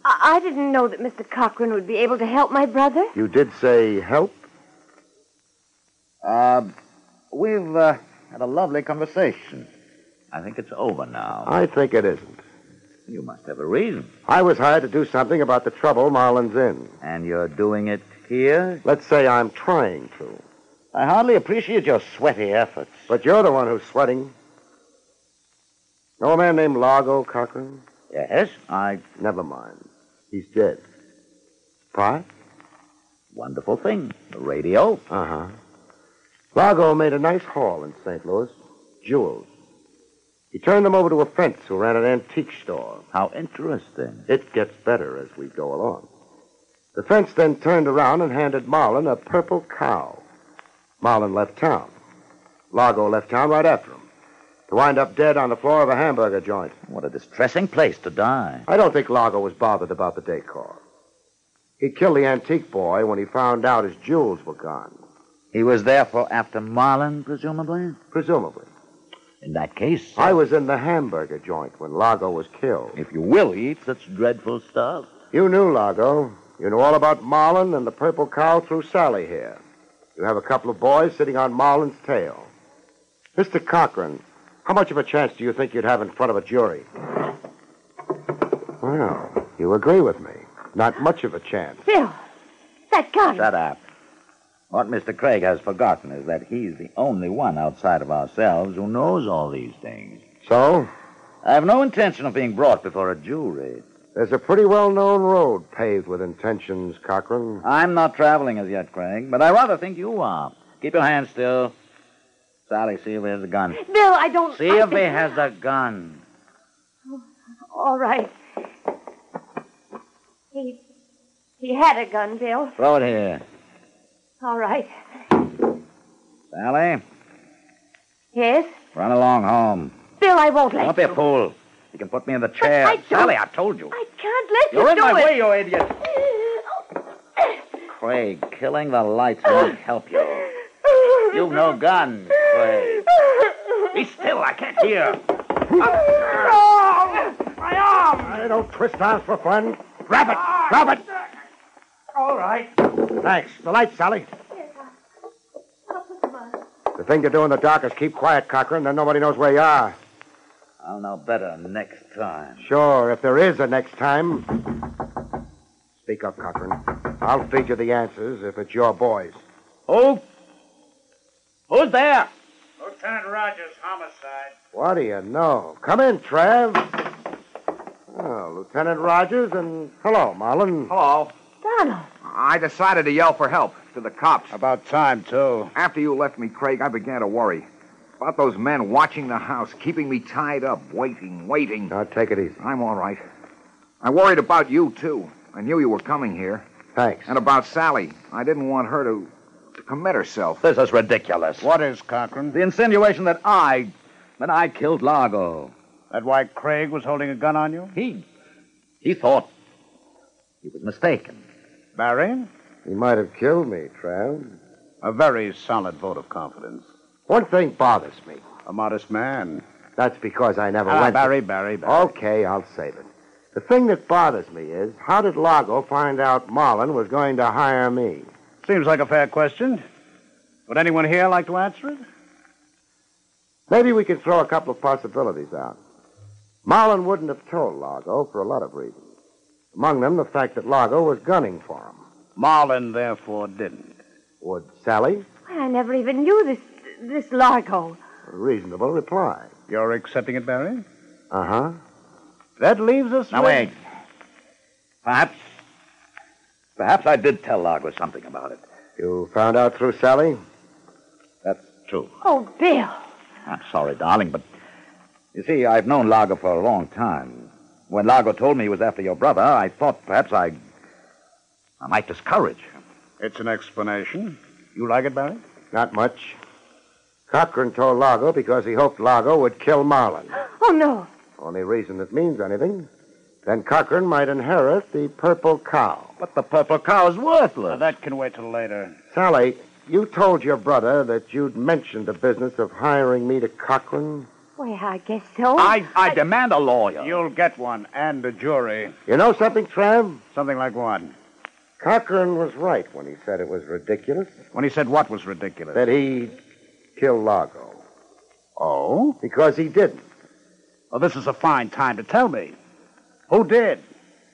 Speaker 17: I, I didn't know that Mr. Cochran would be able to help my brother.
Speaker 3: You did say help.
Speaker 4: Uh, we've uh, had a lovely conversation. I think it's over now.
Speaker 3: I think it isn't.
Speaker 4: You must have a reason.
Speaker 3: I was hired to do something about the trouble Marlin's in.
Speaker 4: And you're doing it here?
Speaker 3: Let's say I'm trying to.
Speaker 4: I hardly appreciate your sweaty efforts.
Speaker 3: But you're the one who's sweating. Know a man named Largo Cochran?
Speaker 4: Yes, I.
Speaker 3: Never mind. He's dead. Pie?
Speaker 4: Wonderful thing. The radio.
Speaker 3: Uh huh. Largo made a nice haul in St. Louis. Jewels. He turned them over to a fence who ran an antique store.
Speaker 4: How interesting.
Speaker 3: It gets better as we go along. The fence then turned around and handed Marlin a purple cow. Marlin left town. Largo left town right after him to wind up dead on the floor of a hamburger joint.
Speaker 4: What a distressing place to die.
Speaker 3: I don't think Largo was bothered about the decor. He killed the antique boy when he found out his jewels were gone.
Speaker 4: He was therefore after Marlin, presumably?
Speaker 3: Presumably.
Speaker 4: In that case.
Speaker 3: I was in the hamburger joint when Largo was killed.
Speaker 4: If you will eat such dreadful stuff.
Speaker 3: You knew Largo. You knew all about Marlin and the purple cow through Sally here. You have a couple of boys sitting on Marlin's tail. Mr. Cochran, how much of a chance do you think you'd have in front of a jury? Well, you agree with me. Not much of a chance.
Speaker 17: Phil, that gun.
Speaker 4: Shut up. What Mr. Craig has forgotten is that he's the only one outside of ourselves who knows all these things.
Speaker 3: So?
Speaker 4: I have no intention of being brought before a jury.
Speaker 3: There's a pretty well known road paved with intentions, Cochran.
Speaker 4: I'm not traveling as yet, Craig, but I rather think you are. Keep your hands still. Sally, see if he has a gun.
Speaker 17: Bill, I don't.
Speaker 4: See
Speaker 17: I
Speaker 4: if he
Speaker 17: think-
Speaker 4: has a gun.
Speaker 17: All right. He. He had a gun, Bill.
Speaker 4: Throw it here.
Speaker 17: All right.
Speaker 4: Sally,
Speaker 17: Yes?
Speaker 4: run along home.
Speaker 17: Bill, I won't let
Speaker 4: Don't be
Speaker 17: you.
Speaker 4: a fool. You can put me in the chair.
Speaker 17: I don't-
Speaker 4: Sally, I told you.
Speaker 17: I can't let
Speaker 4: You're
Speaker 17: you
Speaker 4: in
Speaker 17: do
Speaker 4: my
Speaker 17: it.
Speaker 4: way, you idiot. Craig, killing the lights won't help you. You've no gun, Craig. Be still, I can't hear.
Speaker 3: My arm! I don't twist arms for fun. Grab it! Grab it!
Speaker 20: All right.
Speaker 3: Thanks. The light, Sally. The thing to do in the dark is keep quiet, Cochran. Then nobody knows where you are.
Speaker 4: I'll know better next time.
Speaker 3: Sure, if there is a next time. Speak up, Cochran. I'll feed you the answers if it's your boys.
Speaker 4: Who? Who's there?
Speaker 20: Lieutenant Rogers, homicide.
Speaker 3: What do you know? Come in, Trav. Oh, Lieutenant Rogers, and hello, Marlin.
Speaker 5: Hello.
Speaker 17: Donald.
Speaker 5: I decided to yell for help to the cops.
Speaker 21: About time, too.
Speaker 5: After you left me, Craig, I began to worry. About those men watching the house, keeping me tied up, waiting, waiting.
Speaker 3: Now, take it easy.
Speaker 5: I'm all right. I worried about you, too. I knew you were coming here.
Speaker 3: Thanks.
Speaker 5: And about Sally. I didn't want her to, to
Speaker 8: commit herself.
Speaker 20: This is ridiculous.
Speaker 4: What is, Cochran?
Speaker 22: The insinuation that I, that I killed Largo.
Speaker 4: That why Craig was holding a gun on you?
Speaker 20: He. He thought he was mistaken.
Speaker 4: Barry?
Speaker 3: He might have killed me, Trav.
Speaker 4: A very solid vote of confidence.
Speaker 3: One thing bothers me.
Speaker 4: A modest man.
Speaker 3: That's because I never
Speaker 4: Ah,
Speaker 3: went. to-
Speaker 4: Barry, Barry, Barry.
Speaker 3: Okay, I'll save it. The thing that bothers me is how did Largo find out Marlin was going to hire me?
Speaker 4: Seems like a fair question. Would anyone here like to answer it?
Speaker 3: Maybe we could throw a couple of possibilities out. Marlin wouldn't have told Largo for a lot of reasons. Among them, the fact that Largo was gunning for him.
Speaker 4: Marlin, therefore, didn't.
Speaker 3: Would Sally?
Speaker 17: I never even knew this this Largo.
Speaker 3: A reasonable reply.
Speaker 4: You're accepting it, Barry?
Speaker 3: Uh huh.
Speaker 4: That leaves us
Speaker 20: Now,
Speaker 4: with...
Speaker 20: wait. Perhaps. Perhaps I did tell Largo something about it.
Speaker 3: You found out through Sally?
Speaker 20: That's true.
Speaker 17: Oh, Bill.
Speaker 20: I'm sorry, darling, but you see, I've known Largo for a long time. When Largo told me he was after your brother, I thought perhaps I. I might discourage. him.
Speaker 4: It's an explanation. You like it, Barry?
Speaker 3: Not much. Cochran told Largo because he hoped Largo would kill Marlin.
Speaker 17: Oh, no.
Speaker 3: Only reason it means anything. Then Cochran might inherit the purple cow.
Speaker 20: But the purple cow is worthless.
Speaker 4: that can wait till later.
Speaker 3: Sally, you told your brother that you'd mentioned the business of hiring me to Cochran.
Speaker 17: Well, I guess so.
Speaker 20: I demand a lawyer.
Speaker 4: You'll get one, and a jury.
Speaker 3: You know something, Trav?
Speaker 4: Something like what?
Speaker 3: Cochran was right when he said it was ridiculous
Speaker 4: When he said what was ridiculous.
Speaker 3: that he killed Largo.
Speaker 4: Oh?
Speaker 3: Because he didn't.
Speaker 4: Well, this is a fine time to tell me. Who did?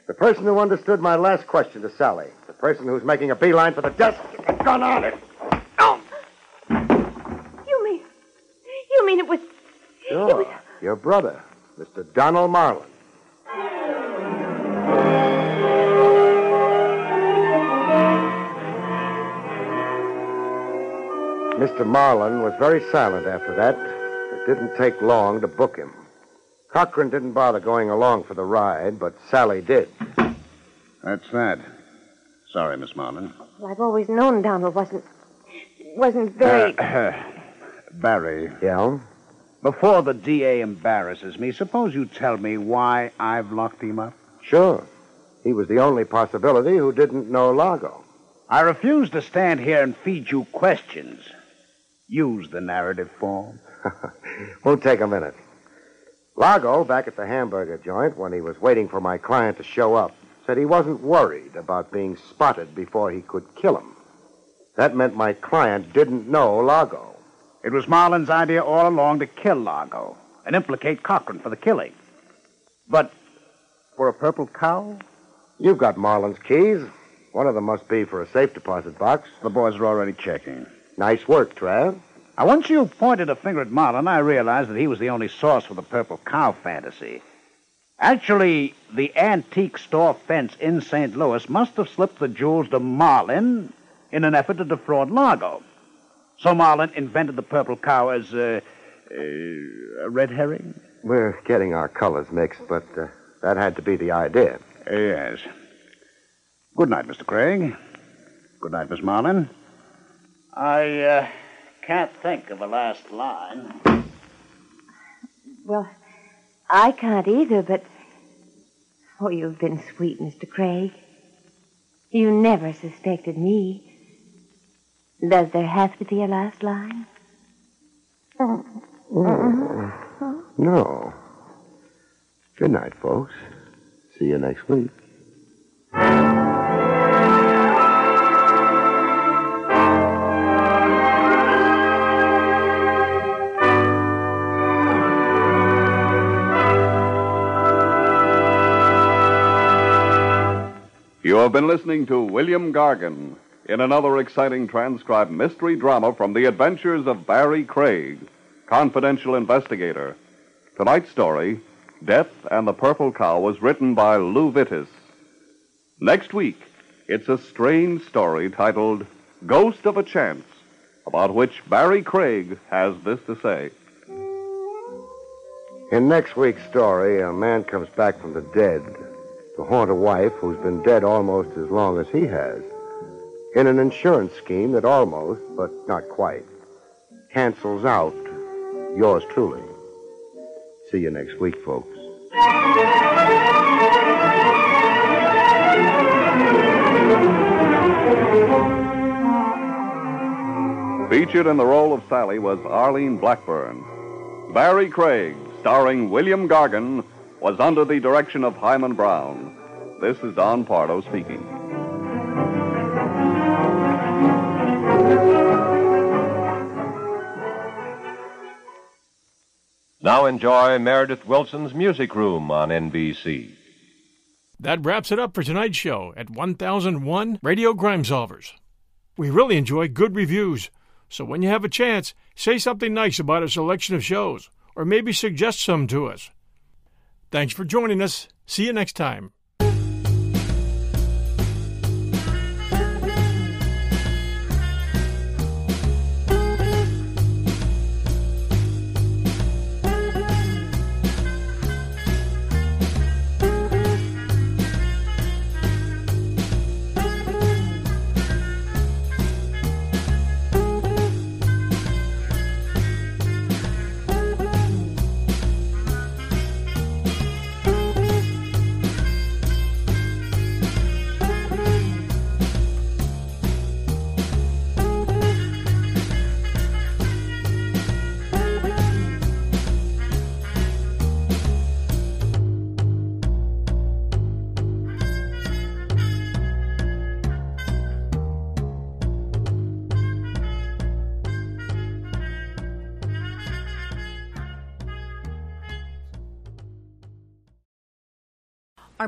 Speaker 3: The person who understood my last question to Sally. The person who's making a beeline for the desk with a gun on it.
Speaker 17: You mean. You mean it was.
Speaker 3: Sure. Your brother, Mr. Donald Marlin. Mr. Marlin was very silent after that. It didn't take long to book him. Cochran didn't bother going along for the ride, but Sally did.
Speaker 4: That's that. Sorry, Miss Marlin.
Speaker 17: I've always known Donald wasn't. wasn't very.
Speaker 4: Uh, Barry.
Speaker 3: Yeah?
Speaker 4: Before the DA embarrasses me, suppose you tell me why I've locked him up?
Speaker 3: Sure. He was the only possibility who didn't know Largo.
Speaker 4: I refuse to stand here and feed you questions. Use the narrative form.
Speaker 3: Won't take a minute. Largo, back at the hamburger joint when he was waiting for my client to show up, said he wasn't worried about being spotted before he could kill him. That meant my client didn't know Largo.
Speaker 4: It was Marlin's idea all along to kill Largo and implicate Cochran for the killing. But for a purple cow?
Speaker 3: You've got Marlin's keys. One of them must be for a safe deposit box.
Speaker 4: The boys are already checking.
Speaker 3: Nice work, Trav.
Speaker 4: Now, once you pointed a finger at Marlin, I realized that he was the only source for the purple cow fantasy. Actually, the antique store fence in St. Louis must have slipped the jewels to Marlin in an effort to defraud Largo. So Marlin invented the purple cow as uh, uh, a red herring?
Speaker 3: We're getting our colors mixed, but uh, that had to be the idea.
Speaker 4: Yes. Good night, Mr. Craig. Good night, Miss Marlin.
Speaker 20: I uh, can't think of a last line.
Speaker 17: Well, I can't either, but. Oh, you've been sweet, Mr. Craig. You never suspected me. Does there have to be a last line?
Speaker 3: Mm.
Speaker 17: Mm-hmm.
Speaker 3: No. Good night, folks. See you next week.
Speaker 2: You have been listening to William Gargan in another exciting transcribed mystery drama from the adventures of Barry Craig, confidential investigator. Tonight's story, Death and the Purple Cow, was written by Lou Vittis. Next week, it's a strange story titled Ghost of a Chance, about which Barry Craig has this to say.
Speaker 3: In next week's story, a man comes back from the dead to haunt a wife who's been dead almost as long as he has. in an insurance scheme that almost, but not quite, cancels out yours truly. See you next week, folks.
Speaker 2: Featured in the role of Sally was Arlene Blackburn. Barry Craig, starring William Gargan, was under the direction of Hyman Brown. This is Don Pardo speaking.
Speaker 13: Now enjoy Meredith Wilson's Music Room on NBC.
Speaker 1: That wraps it up for tonight's show at 1001 Radio Crime Solvers. We really enjoy good reviews, so when you have a chance, say something nice about our selection of shows, or maybe suggest some to us. Thanks for joining us. See you next time.
Speaker 23: Our